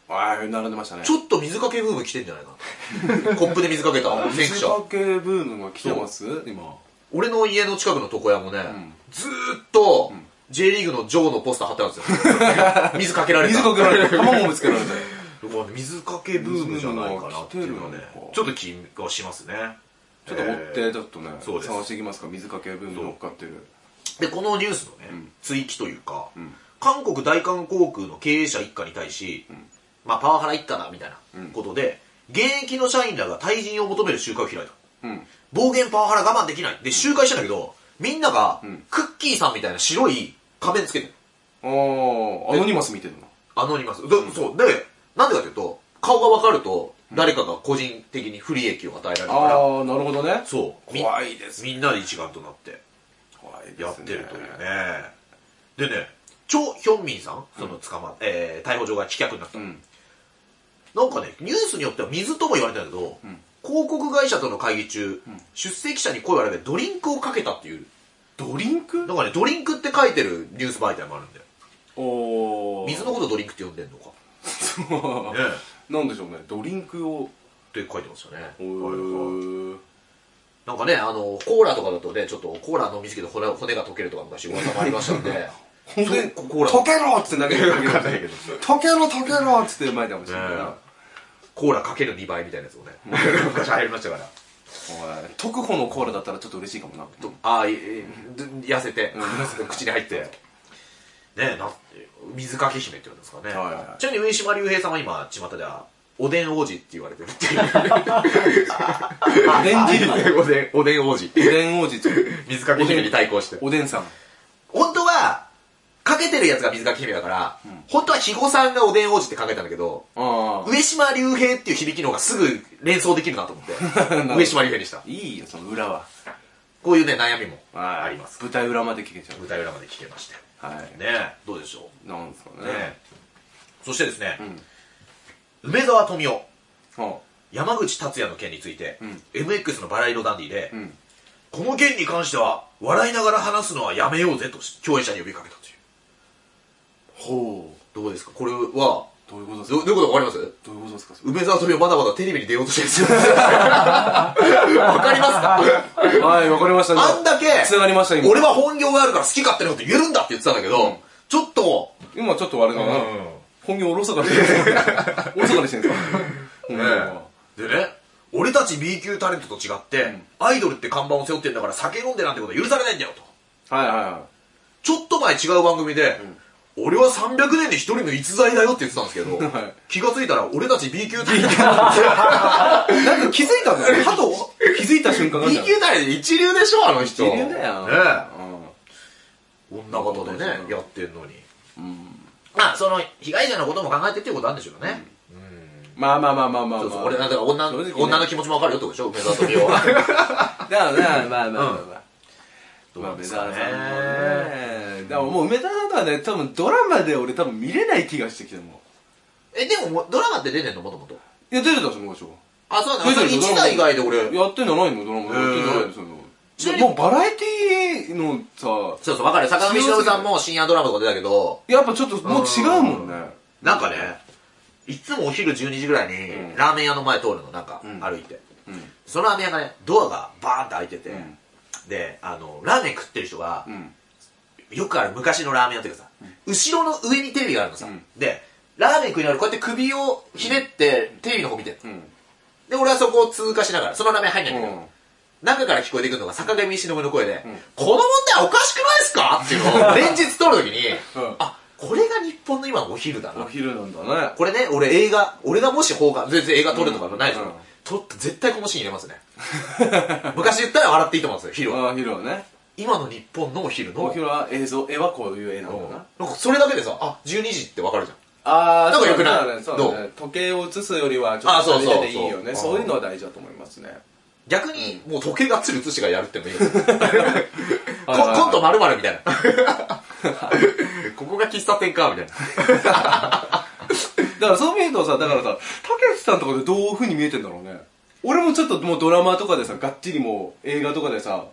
S2: ああ、並んでましたね。
S1: ちょっと水かけブーム来てんじゃないかな。 コップで水かけた先駆
S2: 水
S1: 者。
S2: かけブームが来てます今。
S1: 俺の家の近くの床屋もね、ずーっと、 J リーグのジョーのポスター貼ってあるんですよ。 水かけられた。
S2: 水かけられて卵もぶつ けられて
S1: うわ水かけブームじゃないかなっていうのはね
S2: 水かけブームか
S1: ちょっと気がしますね
S2: ちょっと追って、
S1: え
S2: ちょっとね
S1: そうです
S2: 探していきますか水かけブーム乗っかってる
S1: ーでこのニュースのね、追記というか、
S2: ん
S1: 韓国大韓航空の経営者一家に対し、まあパワハラ一家だみたいなことで、現役の社員らが退陣を求める集会を開いた
S2: うん
S1: 暴言パワハラ我慢できないで集会したんだけどみんなが、クッキーさんみたいな白い仮面つけてる
S2: ああアノニマス見てるな
S1: アノニマス。で、そう。で、なんでかというと、顔が分かると、誰かが個人的に不利益を与えられるか
S2: あ
S1: ら、
S2: あーなるほどね
S1: そう。み
S2: 怖いです
S1: みんなで一丸となって
S2: 怖いですね
S1: やってるというね。でね、チョ・ヒョンミンさん、その捕まっ、えー逮捕状が棄却になった。
S2: うん
S1: なんかね、ニュースによっては水とも言われてたけど、広告会社との会議中、出席者に声を荒げてドリンクをかけたっていう。
S2: ドリンク
S1: なんかね、ドリンクって書いてるニュース媒体もあるんで、
S2: おお
S1: 水のことドリンクって呼んでんのか。ね
S2: なんでしょうねドリンクを
S1: って書いてましたね。
S2: へー
S1: なんかね、あの、コーラとかだとね、ちょっとコーラ飲みすぎて骨骨が溶けるとか昔噂もありましたん で、
S2: ほんで
S1: そうコーラ
S2: 溶けろっつって投げる
S1: わかんないけど
S2: 溶けろ溶けろっつって前だもんしれないな
S1: ねコーラかける2倍みたいなやつをね、昔流行りましたから。
S2: おい特保のコーラだったらちょっと嬉しいかもな
S1: と ああ、いい痩せて、 口に入って。ねえ、なんて、水かけ姫って言うんですかね。
S2: はいはい
S1: ちなみに上島竜兵さんは今、巷では、おでん王子って言われてるっていう。
S2: おでん 汁
S1: おでん、おでん王子。
S2: おでん王子と
S1: 水かけ姫に対抗して。
S2: おでんさん
S1: 本当は、かけてるやつが水かけ姫だから、本当は肥後さんがおでん王子って考えたんだけど、
S2: あ
S1: 上島竜兵っていう響きの方がすぐ連想で きるなと思って、
S2: ど
S1: 上島竜兵にした
S2: あ。いいよその裏は
S1: こういうね、悩みもあります。
S2: 舞台裏まで聞けちゃう
S1: 舞台裏まで聞けまして。
S2: はい
S1: ねえどうでしょ
S2: なんですか
S1: う。
S2: ね
S1: ねえそしてですね、梅沢富美男、
S2: あ
S1: 山口達也の件について、
S2: ん
S1: MX のバラ色ダンディで、
S2: ん
S1: この件に関しては、笑いながら話すのはやめようぜと共演者に呼びかけたという。
S2: ほう
S1: どうですかこれは、
S2: どういうことです
S1: ど
S2: か
S1: どういうことわかります
S2: どういうことですかそれ
S1: 梅沢富美男まだまだテレビに出ようとしてるん ですよ。わかりますか
S2: はいわかりましたね
S1: あんだけ、
S2: つながりました今
S1: 俺は本業があるから好き勝手なこと言えるんだって言ってたんだけど、ちょっと、
S2: 今ちょっとあれだな本業おろそかにしてるんですかおろそかにしてるんですか本業は
S1: でね、俺たち B 級タレントと違って、アイドルって看板を背負ってんだから酒飲んでなんてことは許されないんだよと。
S2: はいはいは
S1: ちょっと前違う番組で、俺は300年に一人の逸材だよって言ってたんですけど、
S2: はい
S1: 気がついたら俺たち B 級タレント
S2: いなんか気づいたんだよ気づいた瞬間があ
S1: B
S2: るじゃ
S1: 級
S2: ん
S1: タレント一流でしょあの人。
S2: 一流だよ
S1: ね
S2: うん
S1: 女方でね
S2: う、ん
S1: やってんのに。まあ、その、被害者のことも考えてっていうことなんでしょうね。
S2: まあまあまあまあまあまあ
S1: そうそう、俺、だから女の、
S2: 正直ね
S1: 女の気持ちもわかるよってことでしょ梅沢富美男 は。
S2: だよね、まあまあまあまあ。
S1: うん
S2: まあ、梅沢さんも
S1: どうなん
S2: ね。でももう梅沢さんとはね、多分ドラマで俺多分見れない気がしてきても
S1: え、でももう、ドラマって出てんのもともと。
S2: う。いや、出てたでしょ、昔は。
S1: あ、そうなん
S2: 出
S1: だ。
S2: てる
S1: 1台以外で俺。
S2: やってんじゃないのドラマで。
S1: へー
S2: やってんじゃないのそういうの
S1: ちなみに
S2: もうバラエティのさ、
S1: そうそう、わかる。坂上忍さんも深夜ドラマとか出たけど、
S2: やっぱちょっともう違うもんね。
S1: なんかね、いつもお昼12時ぐらいに、ラーメン屋の前通るの、なんか、
S2: ん
S1: 歩いて。
S2: うん。
S1: そのラーメン屋がね、ドアがバーンって開いてて
S2: ん、
S1: で、あの、ラーメン食ってる人が
S2: う、ん。
S1: よくある昔のラーメン屋というかさ、後ろの上にテレビがあるのさ、
S2: うん
S1: でラーメン食いながらこうやって首をひねってテレビの方見てる、
S2: うん。
S1: で俺はそこを通過しながらそのラーメン入んないんだけど、
S2: うん
S1: 中から聞こえてくるのが坂上忍の声で、この問題おかしくないですかっていうのを連日撮るときに、
S2: うん
S1: あこれが日本の今のお昼だ
S2: お
S1: な
S2: 昼なんだね。
S1: これね俺映画俺がもし放課全然映画撮るとかもないですよ、
S2: うん
S1: 撮って絶対このシーン入れ ますね昔言ったら笑っていいと思うんですよ昼は
S2: ああ、昼はね。
S1: 今の日本のお昼の
S2: お昼は映像、絵はこういう絵な
S1: うん
S2: んだ
S1: なん
S2: な。
S1: かそれだけでさあ12時ってわかるじゃん
S2: ああ、
S1: なんか良くない
S2: そうだねそうだね時計を映すよりは、ちょ
S1: あ
S2: っ
S1: そ
S2: と
S1: うそう
S2: でいいよね。
S1: そう
S2: そういうのは大事だと思いますね。
S1: 逆に、もう時計がっつり写しがやるっての もいいですよこ
S2: はいはい
S1: コントまるみたいな。 ここが喫茶店か、みたいな。
S2: だからそう見るとさ、だからさ、たけしさんとかでどういう風に見えてんだろうね。俺もちょっともうドラマとかでさ、がっちりもう映画とかでさ、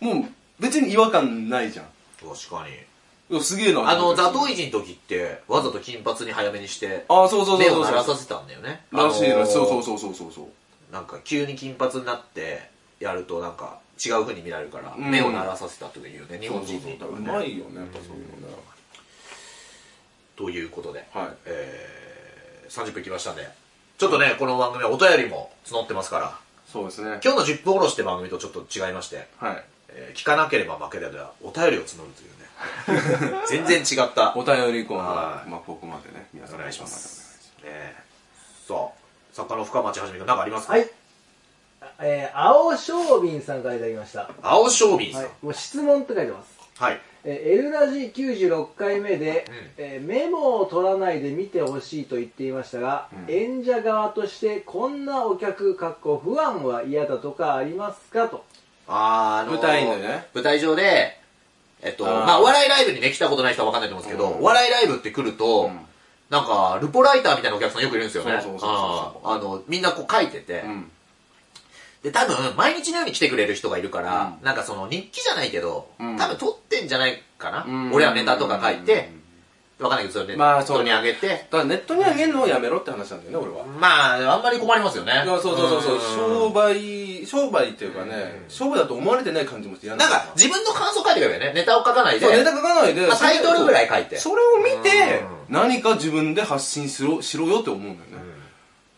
S2: もう別に違和感ないじゃん
S1: 確かに。
S2: いや。すげえな。
S1: あの、ザトウ
S2: イ
S1: イジの時って、わざと金髪に早めにして、
S2: ああ、そうそうそう
S1: 目
S2: そ
S1: を
S2: う
S1: 鳴ら
S2: そう。
S1: させたんだよね。
S2: らしいらしい。そうそう
S1: う。
S2: そうそうそうそう。
S1: なんか急に金髪になってやると、なんか、違う風に見られるから、
S2: うん
S1: 目を鳴らさせたというね、日本人に
S2: うまいよねやっぱそういうのね
S1: ということで、
S2: はい
S1: えー、30分きましたんで、ちょっとね、この番組はお便りも募ってますから、
S2: そうですね
S1: 今日の10分おろしって番組とちょっと違いまして、
S2: はい
S1: えー聞かなければ負けだではお便りを募るというね、 全然違った、
S2: お便りコーナ
S1: は
S2: ーまあここまでね皆さん
S1: お願いします。ねえさあ、作家の深町はじめ君、何かありますか、
S3: はい。えー、青翔瓶さんからいただきました。は
S1: 青翔瓶さん。
S3: い。もう質問って書いてます。
S1: はい。
S3: えー、エルラジ96回目で、
S1: うん
S3: えーメモを取らないで見てほしいと言っていましたが、
S2: うん
S3: 演者側としてこんなお客かっこ不安は嫌だとかありますかと。
S1: あーあのー
S2: 舞台のね
S1: 舞台上で、えっと、
S2: あー
S1: まあ、お笑いライブにね、来たことない人は分かんないと思うんですけど、
S2: うん
S1: お笑いライブって来ると、
S2: うん
S1: なんか、ルポライターみたいなお客さんよくいるんですよね。
S2: そうそうそうそう
S1: あーあの、みんなこう書いてて、
S2: うん
S1: で、多分、毎日のように来てくれる人がいるから、
S2: う
S1: なんかその、日記じゃないけど、
S2: うん
S1: 多分撮ってんじゃないかな。
S2: うん
S1: 俺はネタとか書いて、分かんないけど、それで、
S2: まあそう
S1: 人にあげて、
S2: だからネットにあげるのをやめろって話なんだよね俺は
S1: まあ、あんまり困りますよね。
S2: いやそうそうそうそう、
S1: ん
S2: 商売、商売っていうかね、商売だと思われてない感じもして嫌
S1: なん
S2: だよ
S1: か、自分の感想書いてくればいいよね。ネタを書かないで。
S2: そう、ネタ書かないで、
S1: まあタイトルぐらい書いて。
S2: それを見て、何か自分で発信しろ、しろよって思うんだよね。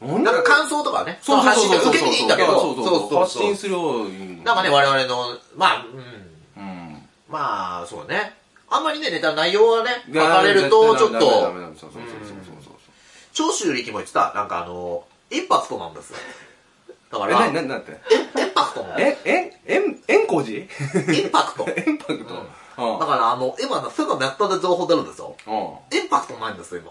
S2: なん
S1: なんか
S2: か、
S1: 感想とかはね、
S2: そうそうそ
S1: そ
S2: うそ
S1: の
S2: う
S1: 発信者受け身でいいんだけど、
S2: そうそうそう。発信するように。
S1: なんかね、、我々の、まあ、うん、
S2: うん。
S1: まあ、そうね。あんまりね、ネタの内容はね、書かれると、ちょっ
S2: ダメ
S1: と、
S2: ダメダメダメそうそうそうそうそうそう。
S1: 長州力も言ってた、なんかあの、インパクトなんですよ。だか
S2: え、
S1: ら、イ
S2: なに
S1: ン
S2: なになって
S1: パクトなの
S2: え、え、えん、えんこじ
S1: インパクト。
S2: えんぱくと。うん
S1: だから、あの、今のすぐネットで情報出るんですよ。
S2: うん。
S1: インパクトないんですよ、今。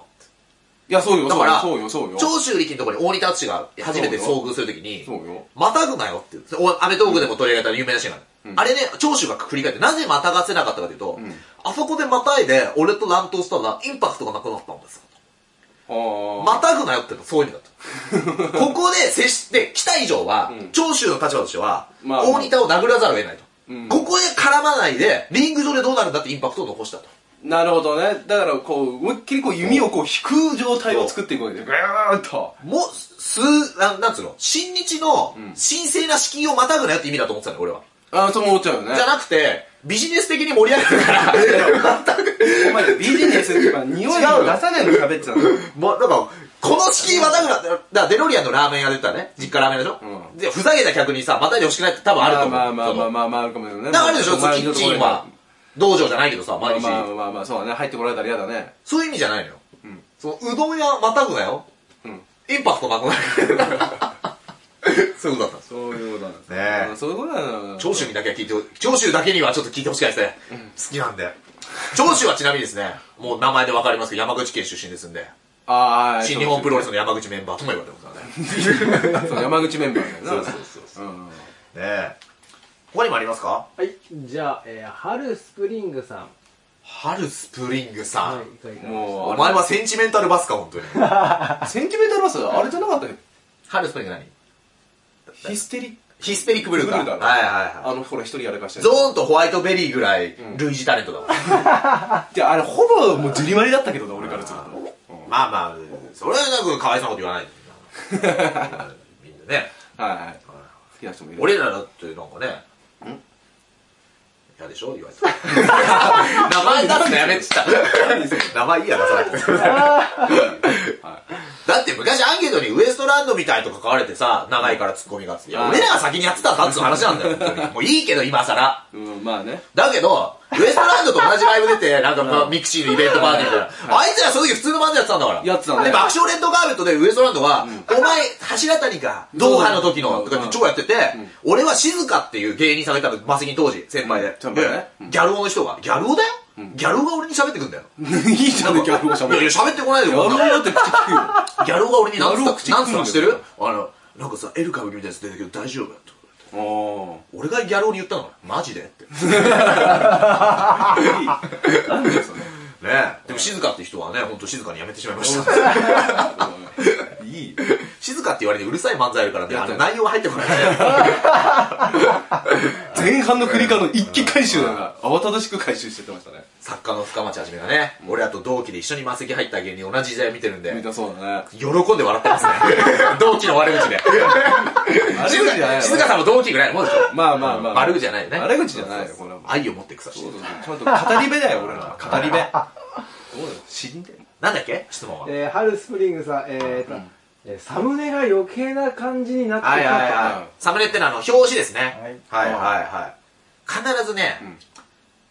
S2: いや、そうよ、
S1: だ
S2: そ
S1: か
S2: うよ、
S1: ら
S2: そうよ、そうよ。
S1: 長州力のところに大仁田敦が初めて遭遇するときに、
S2: そうよ。
S1: またぐなよって言う。おアメトークでも取り上げた有名なシーンがある。
S2: うん
S1: あれね、長州が振り返って、なぜまたがせなかったかというと、
S2: うん
S1: あそこでまたいで、俺と乱闘したら、インパクトがなくなったんですよ。
S2: あー
S1: またぐなよってのはそういう意味だ と。ここで接して、来た以上は、
S2: うん
S1: 長州の立場としては、
S2: まあ
S1: 大仁田を殴らざるを得ないと。
S2: うん
S1: ここで絡まないで、リング上でどうなるんだってインパクトを残したと。
S2: なるほどね。だから、こう、思いっきりこう、弓をこう、引く状態を作っていくわけで、ぐーっと。
S1: もう、す、なんなんつうの、新日の
S2: うん
S1: 神聖な資金をまたぐなよって意味だと思ってたのよ、俺は。
S2: ああ、そう思っちゃうよね
S1: じ。ゃなくて、ビジネス的に盛り上げるから、
S2: お前、ビジネスっていうか、匂いを出さないの喋ってたの。
S1: ま、なんか、この敷居またぐなって、だからデロリアンのラーメン屋で言ったらね、実家ラーメン屋でしょ、
S2: う
S1: で、ふざけた客にさ、またいでほしくないって多分あると思う。
S2: まあまあまあ
S1: ま
S2: まあまあ、あるかもしれないね。
S1: だからあるでしょ、
S2: まあ
S1: キッチンは。。道場じゃないけどさ、
S2: まあ
S1: 毎日。
S2: まあまあまあ、そうだね。入ってこられたら嫌だね。
S1: そういう意味じゃないのよ。
S2: うん
S1: そのうどん屋またぐなよ。
S2: うん
S1: インパクトな くなる。そういうことだったんです。
S2: そういうことなんです
S1: ねえ
S2: そういうことなの
S1: 長州にだけは聞いてほ、長州だけにはちょっと聞いてほしくないですね。好きなんで。長州はちなみにですね、もう名前でわかりますけど、山口県出身ですんで、
S2: ああ、
S1: 新日本プロレス
S2: ス。
S1: の山口メンバーとも言われてますからね。
S2: そう山口メンバーだよな。
S1: そう
S2: う。ん。
S1: ねえ。他にもありますか
S3: はい。じゃあ、えー、春スプリングさん。
S1: 春スプリングさん。
S3: はい。書いてあります。
S2: もう、
S1: お
S2: お前
S1: 前はセンチメンタルバスか、本当に。
S2: センチメンタルバス、あれじゃなかったよ。
S1: 春スプリング何
S2: ヒステリック。
S1: ヒステリックブルーか。
S2: ブルーだな
S1: はいはいは
S2: あの、ほら、一人やらかして
S1: い。ゾーンとホワイトベリーぐらい、類似タレントだもん。
S2: で、あれ、ほぼ、もう、ジュリマリだったけどな、俺からすると。うん
S1: まあまあ、それはなんか可愛さなこと言わないで。 みんなね。
S2: はいはい。好きな人もいる。
S1: 俺らだってなんかね。嫌でしょ言われて。 名前出すのやめっつった。 名前いいや出さなく て。だって昔アンケートにウエストランドみたいとか書かれてさ、長いからツッコミがつって。いや、俺らが先にやってたんだっつう話なんだよ、本当 にもういいけど、今更。
S2: うん、まあね。
S1: だけど、ウエストランドと同じライブ出て、なんかまあミクシーのイベントパーティーみたいな。あいつらその時普通のバンドやってたんだから。
S2: やってたんだよ
S1: で、爆笑レッドカーペットでウエストランドは、お前、柱谷か、ドーハの時の、
S2: うん
S1: とかって超やってて、俺は静かっていう芸人さんがいたの、マセキン当時、先輩で。
S2: 先輩ね
S1: でギャル男の人が、ギャル男だよギャル男が俺に喋ってくんだよ。
S2: いいじゃん、逆語しゃ
S1: いやいや、喋ってこないで、こんな
S2: だって口聞くよ。
S1: ギャル男が俺に何つった口
S2: ギャル
S1: 何
S2: 男
S1: つ
S2: 口
S1: った
S2: 聞くんだよ
S1: の知ってるあの、なんかさ、エルカブみたいなやつ出てるけど大丈夫だと。
S2: お
S1: 俺がギャル男に言ったのかなマジでって。
S2: ー。なんだよそれ
S1: ね え。でも静かって人はね、ほんと静かにやめてしまいました。
S2: いい。
S1: 静かって言われてうるさい漫才あるからね、
S2: やっ
S1: あ
S2: た
S1: の
S2: よ
S1: 内容が入ってこないね。
S2: 前半のクリカの一気回収だな慌ただしく回収してってましたね
S1: 作家の深町はじめがね、俺らと同期で一緒に魔石入った芸人同じ時代を見てるんで
S2: 見、たそうだね
S1: 喜んで笑って ますね。同期の悪口で。静
S2: 悪口じゃない
S1: か
S2: よ
S1: 静かさんも同期ぐらいのもんでしょ。
S2: まあまあまあ
S1: 悪口じゃないよね。
S2: 悪口じゃないよこれはもう
S1: 愛を持って草し
S2: そ
S1: て
S2: う
S1: る。
S2: そうそうちゃんと語り部だよ俺らは語り部どうだよ死んで
S1: なんだっけ質問は。
S3: えー、ハルスプリングさん、えーと、えーサムネが余計な感じになって
S1: はいはい
S3: た
S1: はい。サムネってのはあの、表紙ですね。
S2: は
S1: はいいはいはい。必ずね
S2: ん、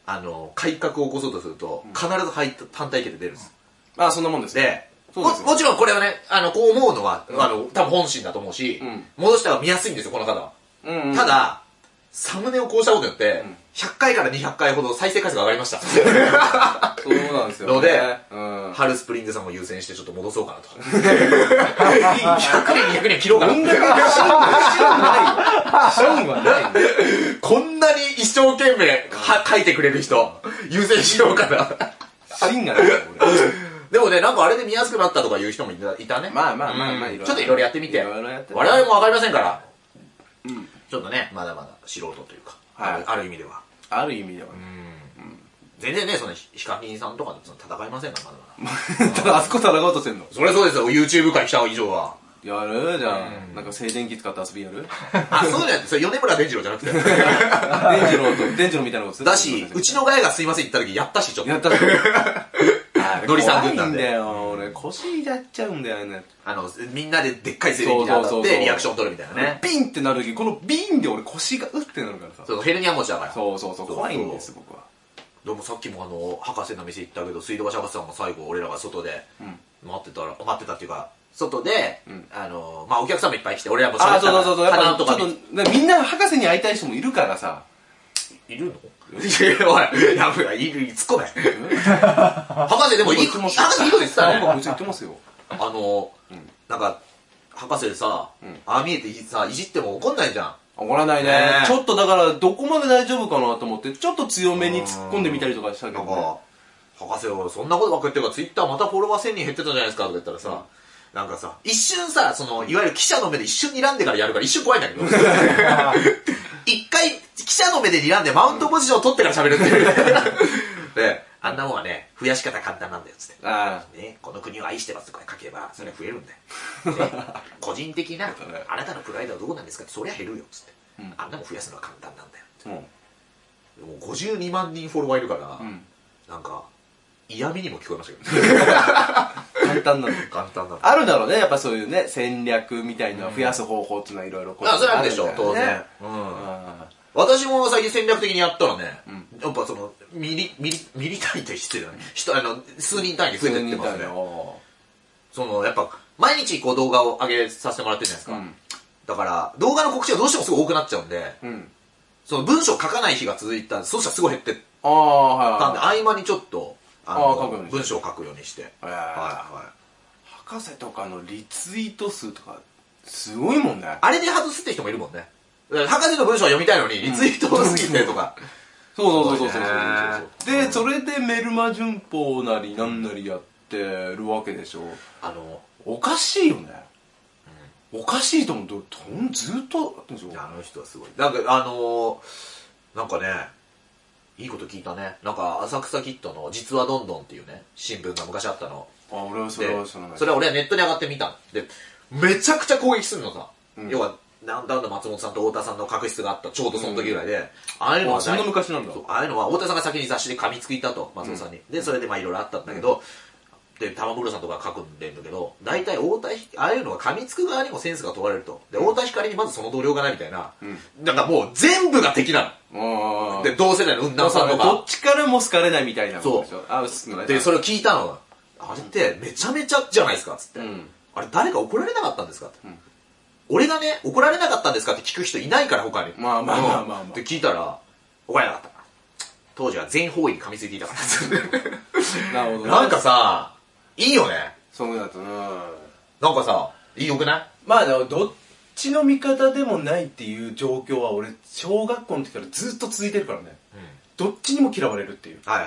S1: あの、改革を起こそうとすると、必ず反反対意見で出るんです。
S2: まあそんなもんですね
S1: で、
S2: そう
S1: も
S2: ですよ
S1: もちろんこれはね、あの、こう思うのは、あの、多分本心だと思うし
S2: うん、
S1: 戻した方が見やすいんですよ、この方は。
S2: うんうん
S1: ただ、サムネをこうしたことによって、100回から200回ほど再生回数が上がりま した。
S2: そうなんですよね
S1: ので
S2: うん
S1: ハルスプリングさんも優先してちょっと戻そうかなと。100年200年切ろうか
S2: どん
S1: な。
S2: だけ芯は芯はないよ芯はないよ
S1: こんなに一生懸命は書いてくれる人、優先しようかな。
S2: 芯がないよ
S1: でもね、なんかあれで見やすくなったとかいう人もいたいたね。
S2: 俺まあまあまあまあ
S1: うん
S2: ろろ
S1: ちょっといろいろやってみて。
S2: いろいろやって
S1: 我々もわかりませんから。
S2: うん
S1: ちょっとね、まだまだ素人というか、
S2: はい
S1: あるある意味では。
S2: ある意味ではね
S1: 全然ね、そのヒヒカキンさんとかとその戦いませんから、まだまだ。
S2: ただあそこ戦おうとしてんの
S1: それそうですよ、YouTube 界来た以上は。
S2: やるじゃんなんか静電気使って遊びやる
S1: あ、そうじゃなくて、それ米村伝次郎じゃなく て。
S2: 電磁炉と電磁炉みたいなことする
S1: だし、うちのガヤがすいません言った時やったし、ちょっと
S2: や。ったっ
S1: ノリさん軍団
S2: ん
S1: で
S2: だよ俺腰やっちゃうんだよね
S1: あの、みんなででっかいセレビに当
S2: そうそ
S1: たっ
S2: うそうそ
S1: て
S2: う
S1: リアクション取るみたいなね。
S2: ビンってなる時このビンで俺腰がうってなるからさ
S1: そう、ヘルニア持ちだから。
S2: そうそうそう怖いんです僕は
S1: でもさっきもあの、博士の店行ったけど、水道橋博士さんも最後、俺らが外で、待ってたら、待ってたっていうか、外で、あの、まあ、お客さんもいっぱい来て、俺らも
S2: あ
S1: 喋
S2: あ
S1: った
S2: そう
S1: ら
S2: そうそうそうやっ
S1: 花
S2: ぱ
S1: と
S2: ちょ
S1: か
S2: っ
S1: に。
S2: とみんな博士に会いたい人もいるからさ
S1: いるのいや、おい、やいる、突っ込め。 博士でもいい、博士いいこと言ってた
S2: なん
S1: ね。
S2: かむちゃ言ってますよ
S1: あの、なんか、博士さ、ああ見えてさ、いじっても怒んないじゃん。
S2: 怒らないね
S1: ねえ
S2: ちょっとだからどこまで大丈夫かなと思ってちょっと強めに突っ込んでみたりとかしたけ
S1: な
S2: ど
S1: ん
S2: ね
S1: か、博士はそんなことばっかり言ってるから、ツイッターまたフォロワー1000人減ってたじゃないですかとか言ったらさ、なんかさ、一瞬さ、その、いわゆる記者の目で一瞬睨んでからやるから一瞬怖いんだけ ど。一回、記者の目で睨んでマウントポジションを取ってから喋るっていう。 で、あんなもんはね、増やし方簡単なんだよ、つって。
S2: あ
S1: ね、この国を愛してますとか書けば、それは増えるんだよ。 ね、個人的な、あなたのプライドはどうなんですかって、そりゃ減るよ、つって。あんなもん増やすのは簡単なんだよ。
S2: あも
S1: でも52万人フォロワーいるから、
S2: ん
S1: なんか嫌味にも聞こえましたけどね
S2: う 簡単なの
S1: 簡単なの
S2: あるだろうねやっぱそういうね戦略みたいな増やす方法っていうのはいろいろこ
S1: あそれはあるでしょ
S2: んだよ
S1: 当
S2: ね
S1: 然、うん
S2: あ
S1: 私も最近戦略的にやったらね、やっぱそのミリミリミリ単位って失礼だね人あの数人単位で
S2: ー
S1: 増えてってますね
S2: よ
S1: そのやっぱ毎日こう動画を上げさせてもらってるじゃないですか、
S2: うん
S1: だから動画の告知がどうしてもすごい多くなっちゃうんで
S2: うん
S1: その文章書かない日が続いたそうしたらすごい減ってっ
S2: ああはい
S1: たん
S2: は
S1: で
S2: い
S1: 合間にちょっとあ
S2: あー書くよう
S1: の
S2: にして
S1: 文章を書くようにして
S2: えー
S1: はいはい
S2: 博士とかのリツイート数とかすごいもんね
S1: あれで外すって人もいるもんね。だから博士の文章は読みたいのに、リツイート多すぎてとか。
S2: そうそうそうそうそう
S1: すごいね
S2: そうでそれでメルマ旬報なりなんなりやってるわけでしょ
S1: あの、
S2: おかしいよねおかしいと思うどどんずっとやってんでしょ
S1: あの人はすごい。なんか、あのーなんかね、いいこと聞いたね。なんか、浅草キッドの実はどんどんっていうね、新聞が昔あったの。
S2: あ俺はそ
S1: で
S2: れは知らない
S1: それは俺はネットに上がってみたので、めちゃくちゃ攻撃するのさ。要は、なんだかんだ松本さんと太田さんの確執があった、ちょうどその時ぐらいで、ああいうのは
S2: あそんな昔なんだ
S1: そうああいうのは、太田さんが先に雑誌で噛みついたと、松本さんに。で、それでまあいろいろあったんだけど、で、玉袋さんとかが書くんでんだけど、大体太田ひ、ああいうのは噛みつく側にもセンスが問われると。で、太田光にまずその同僚がないみたいな、なんかもう全部が敵な
S2: あ
S1: の。
S2: あ
S1: で、同世代の雲南さんとか。
S2: どっちからも好かれないみたいな
S1: そう
S2: ことでしょあ好きな
S1: で、そ
S2: れ
S1: れを聞いたの。あれってめちゃめちゃじゃないですかっつって、
S2: うん
S1: あれ誰か怒られなかったんですかって、俺がね、怒られなかったんですかって聞く人いないから他に。
S2: まあまあまあまあまあ
S1: うんで聞いたら、怒られなかった。当時は全方位に噛みついていた から。
S2: なるほどね
S1: なんかさ、いいよね。
S2: そうだとな
S1: なんかさ、いいよくない
S2: まあでもどっちの味方でもないっていう状況は俺小学校の時からずっと続いてるからね、どっちにも嫌われるっていう、
S1: は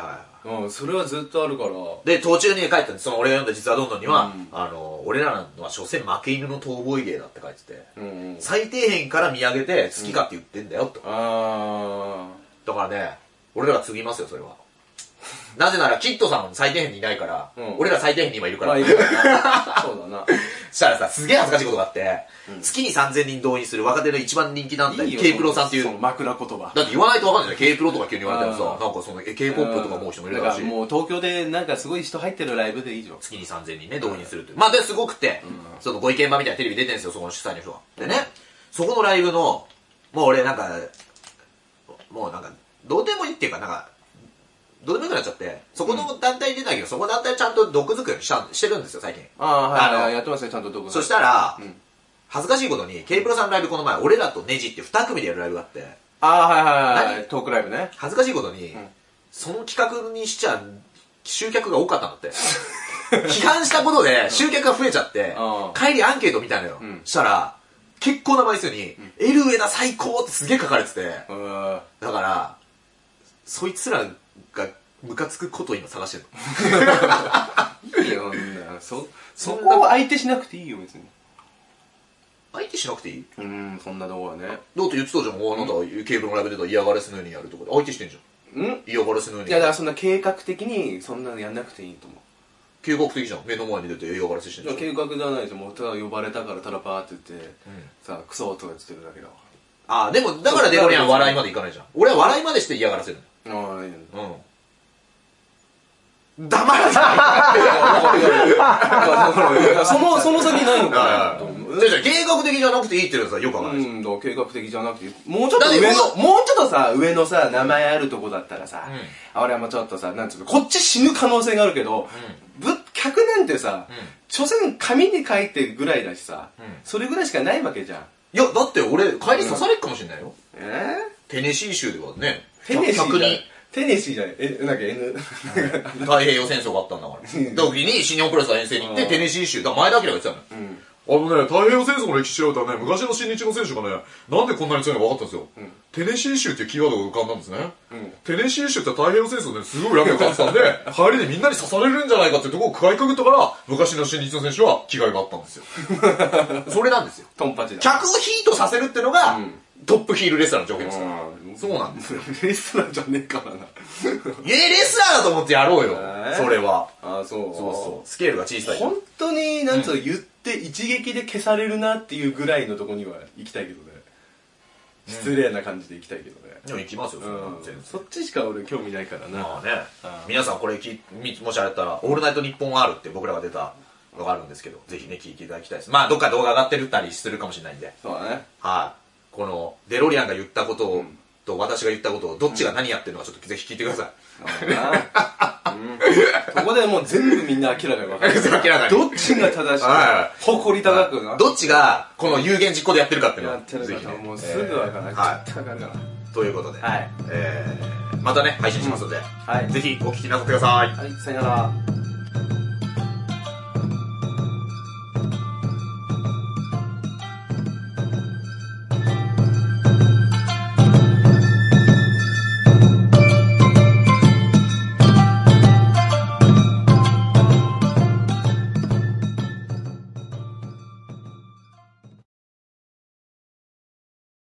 S1: いは
S2: うん、それはずっとあるから
S1: い。で、途中に書いてたんです。その俺が読んだ実はどんどんには、
S2: うん
S1: あの、俺らのは所詮負け犬の逃亡芸だって書いてて、
S2: うん
S1: 最底辺から見上げて好きかって言ってんだよ、と。
S2: あ
S1: だからね、俺らが継ぎますよ、それは。なぜなら、キッドさんは最底辺にいないから、
S2: うん
S1: 俺ら最底辺に今いる
S2: あ
S1: から。
S2: まあいいかなそうだな
S1: したらさ、すげえ恥ずかしいことがあって、月に3000人動員する若手の一番人気団体、K プロさんっていう
S2: その枕言葉
S1: だって言わないとわかんないじゃん。K-PRO とか急に言われても
S2: あ
S1: さ、
S2: ー
S1: なんかそのえ K-POP とか思う人もいるだ
S2: だ
S1: ろう
S2: か
S1: し
S2: ら、もう東京でなんかすごい人入ってるライブでいいじゃん
S1: 月に3000人ね、動員するという。まあ、で、すごくて、そのご意見場みたいなテレビ出てるんですよ、そこの主催の人が。でね、そこのライブの、もう俺なんか、もうなんか、どうでもいいっていうか、なんか、どうでもよくなっちゃって、そこの団体に出たけど、そこの団体ちゃんと毒づくようにしたしてるんですよ、最近。
S2: ああはい、
S1: あ
S2: は
S1: の
S2: い、やってますねちゃんとどこ
S1: そしたら、
S2: ん
S1: 恥ずかしいことに、K プロさんのライブこの前、俺らとネジって2組でやるライブがあって、
S2: ああはいはいはい
S1: 何
S2: トークライブね
S1: 恥ずかしいことに、
S2: ん
S1: その企画にしちゃ集客が多かったん だって批判したことで集客が増えちゃって
S2: ああ
S1: 帰りアンケートみたいなのよ、
S2: ん
S1: したら結構な枚数に「エルウェダ最高!」ってすげえ書かれてて
S2: うーん
S1: だからそいつらがムカつくことを今探してるの
S2: いいよそそこを相手しなくていいよ別に
S1: 相手しなくていい
S2: うんそんなとこはね
S1: だって言ってたじゃんおあなたはケーブルのライブ出たら嫌がらせのようにやるとか相手してんじゃん
S2: うん
S1: 嫌がらせのよう
S2: い
S1: に
S2: やだからそんな計画的にそんなのやんなくていいと思う
S1: 計画的じゃん目の前に出て嫌がらせしてんじゃん
S2: 計画じゃないですよもうただ呼ばれたからただバーって言って、さあクソとか言ってるだけだわ
S1: ああでもだからデロリアンは笑いまでいかないじゃん俺は笑いまでして嫌がらせるの
S2: あ あいい
S1: うん。黙らない
S2: そのその先ないのかなと思う
S1: じゃあ計画的じゃなくていいっていうのはさよくわかん
S2: う
S1: ない。
S2: ん、だから計画的じゃなくて、もうちょっ
S1: だ
S2: と
S1: って
S2: 上
S1: も
S2: の、もうちょっとさ、上のさ、名前あるとこだったらさ、
S1: う
S2: 俺はもうちょっとさ、なんつうの、こっち死ぬ可能性があるけど、ぶ客なんてさ、
S1: ん
S2: 所詮紙に書いてぐらいだしさ、
S1: ん
S2: それぐらいしかないわけじゃん。
S1: いや、だって俺、帰り刺されっかもしれないよ。
S2: え
S1: テネシー州ではね、
S2: テネシ
S1: 100
S2: ーじゃ
S1: 人
S2: ない。テネシーじゃない。え、なんか N、
S1: 太平 洋戦争があったんだから。だ時に新日本プロレスが遠征に行って、テネシー州、だから前田明が言ってたのよ。あのね、太平洋戦争の歴史調べたらね、昔の新日の選手がね、なんでこんなに強いのか分かったんですよ。テネシー州っていうキーワードが浮かんだんですね。テネシー州って太平洋戦争ですごい恨みを感じ たんで、帰りでみんなに刺されるんじゃないかっていうところをかいくぐったから、昔の新日の選手は気概があったんですよ。 それなんですよ。
S2: トンパチだ。
S1: 客をヒートさせるってのが、トップヒールレスラーの条件ですから。
S2: うん
S1: そうなんですよ。
S2: レスラーじゃねえからな。
S1: いや、レスラーだと思ってやろうよ
S2: え。ー
S1: それは。
S2: ああ、そう。
S1: そうそう。スケールが小さい。
S2: 本当に、なんつうの、言って一撃で消されるなっていうぐらいのとこには行きたいけどね。失礼な感じで行きたいけどね。
S1: でも行きますよ、それは
S2: うん
S1: 全然
S2: そっちしか俺興味ないからな。
S1: まあね、皆さんこれきみもしあれだったら「オールナイトニッポン R」って僕らが出たのがあるんですけどぜひね聞いていただきたいですまあどっか動画上がってるったりするかもしれないんで
S2: そうだね。
S1: はいこのデロリアンが言ったことを、と私が言ったことをどっちが何やってるのかちょっとぜひ聞いてください、
S2: そうだなうんそこでもう全部みんな明らかに分か る。
S1: 明らかに
S2: どっちが正しく
S1: は、
S2: 誇り高くな。
S1: どっちがこの有言実行でやってるかっていうの
S2: や
S1: は
S2: ってる
S1: ぜ
S2: か
S1: ひ
S2: ら、
S1: ね
S2: もうすぐ分かる。
S1: はい
S2: ちょっと分かるから。
S1: ということで、
S2: はい。
S1: えーまたね配信しますので、
S2: はい
S1: ぜひお聞きなさってください
S2: はい、さよなら。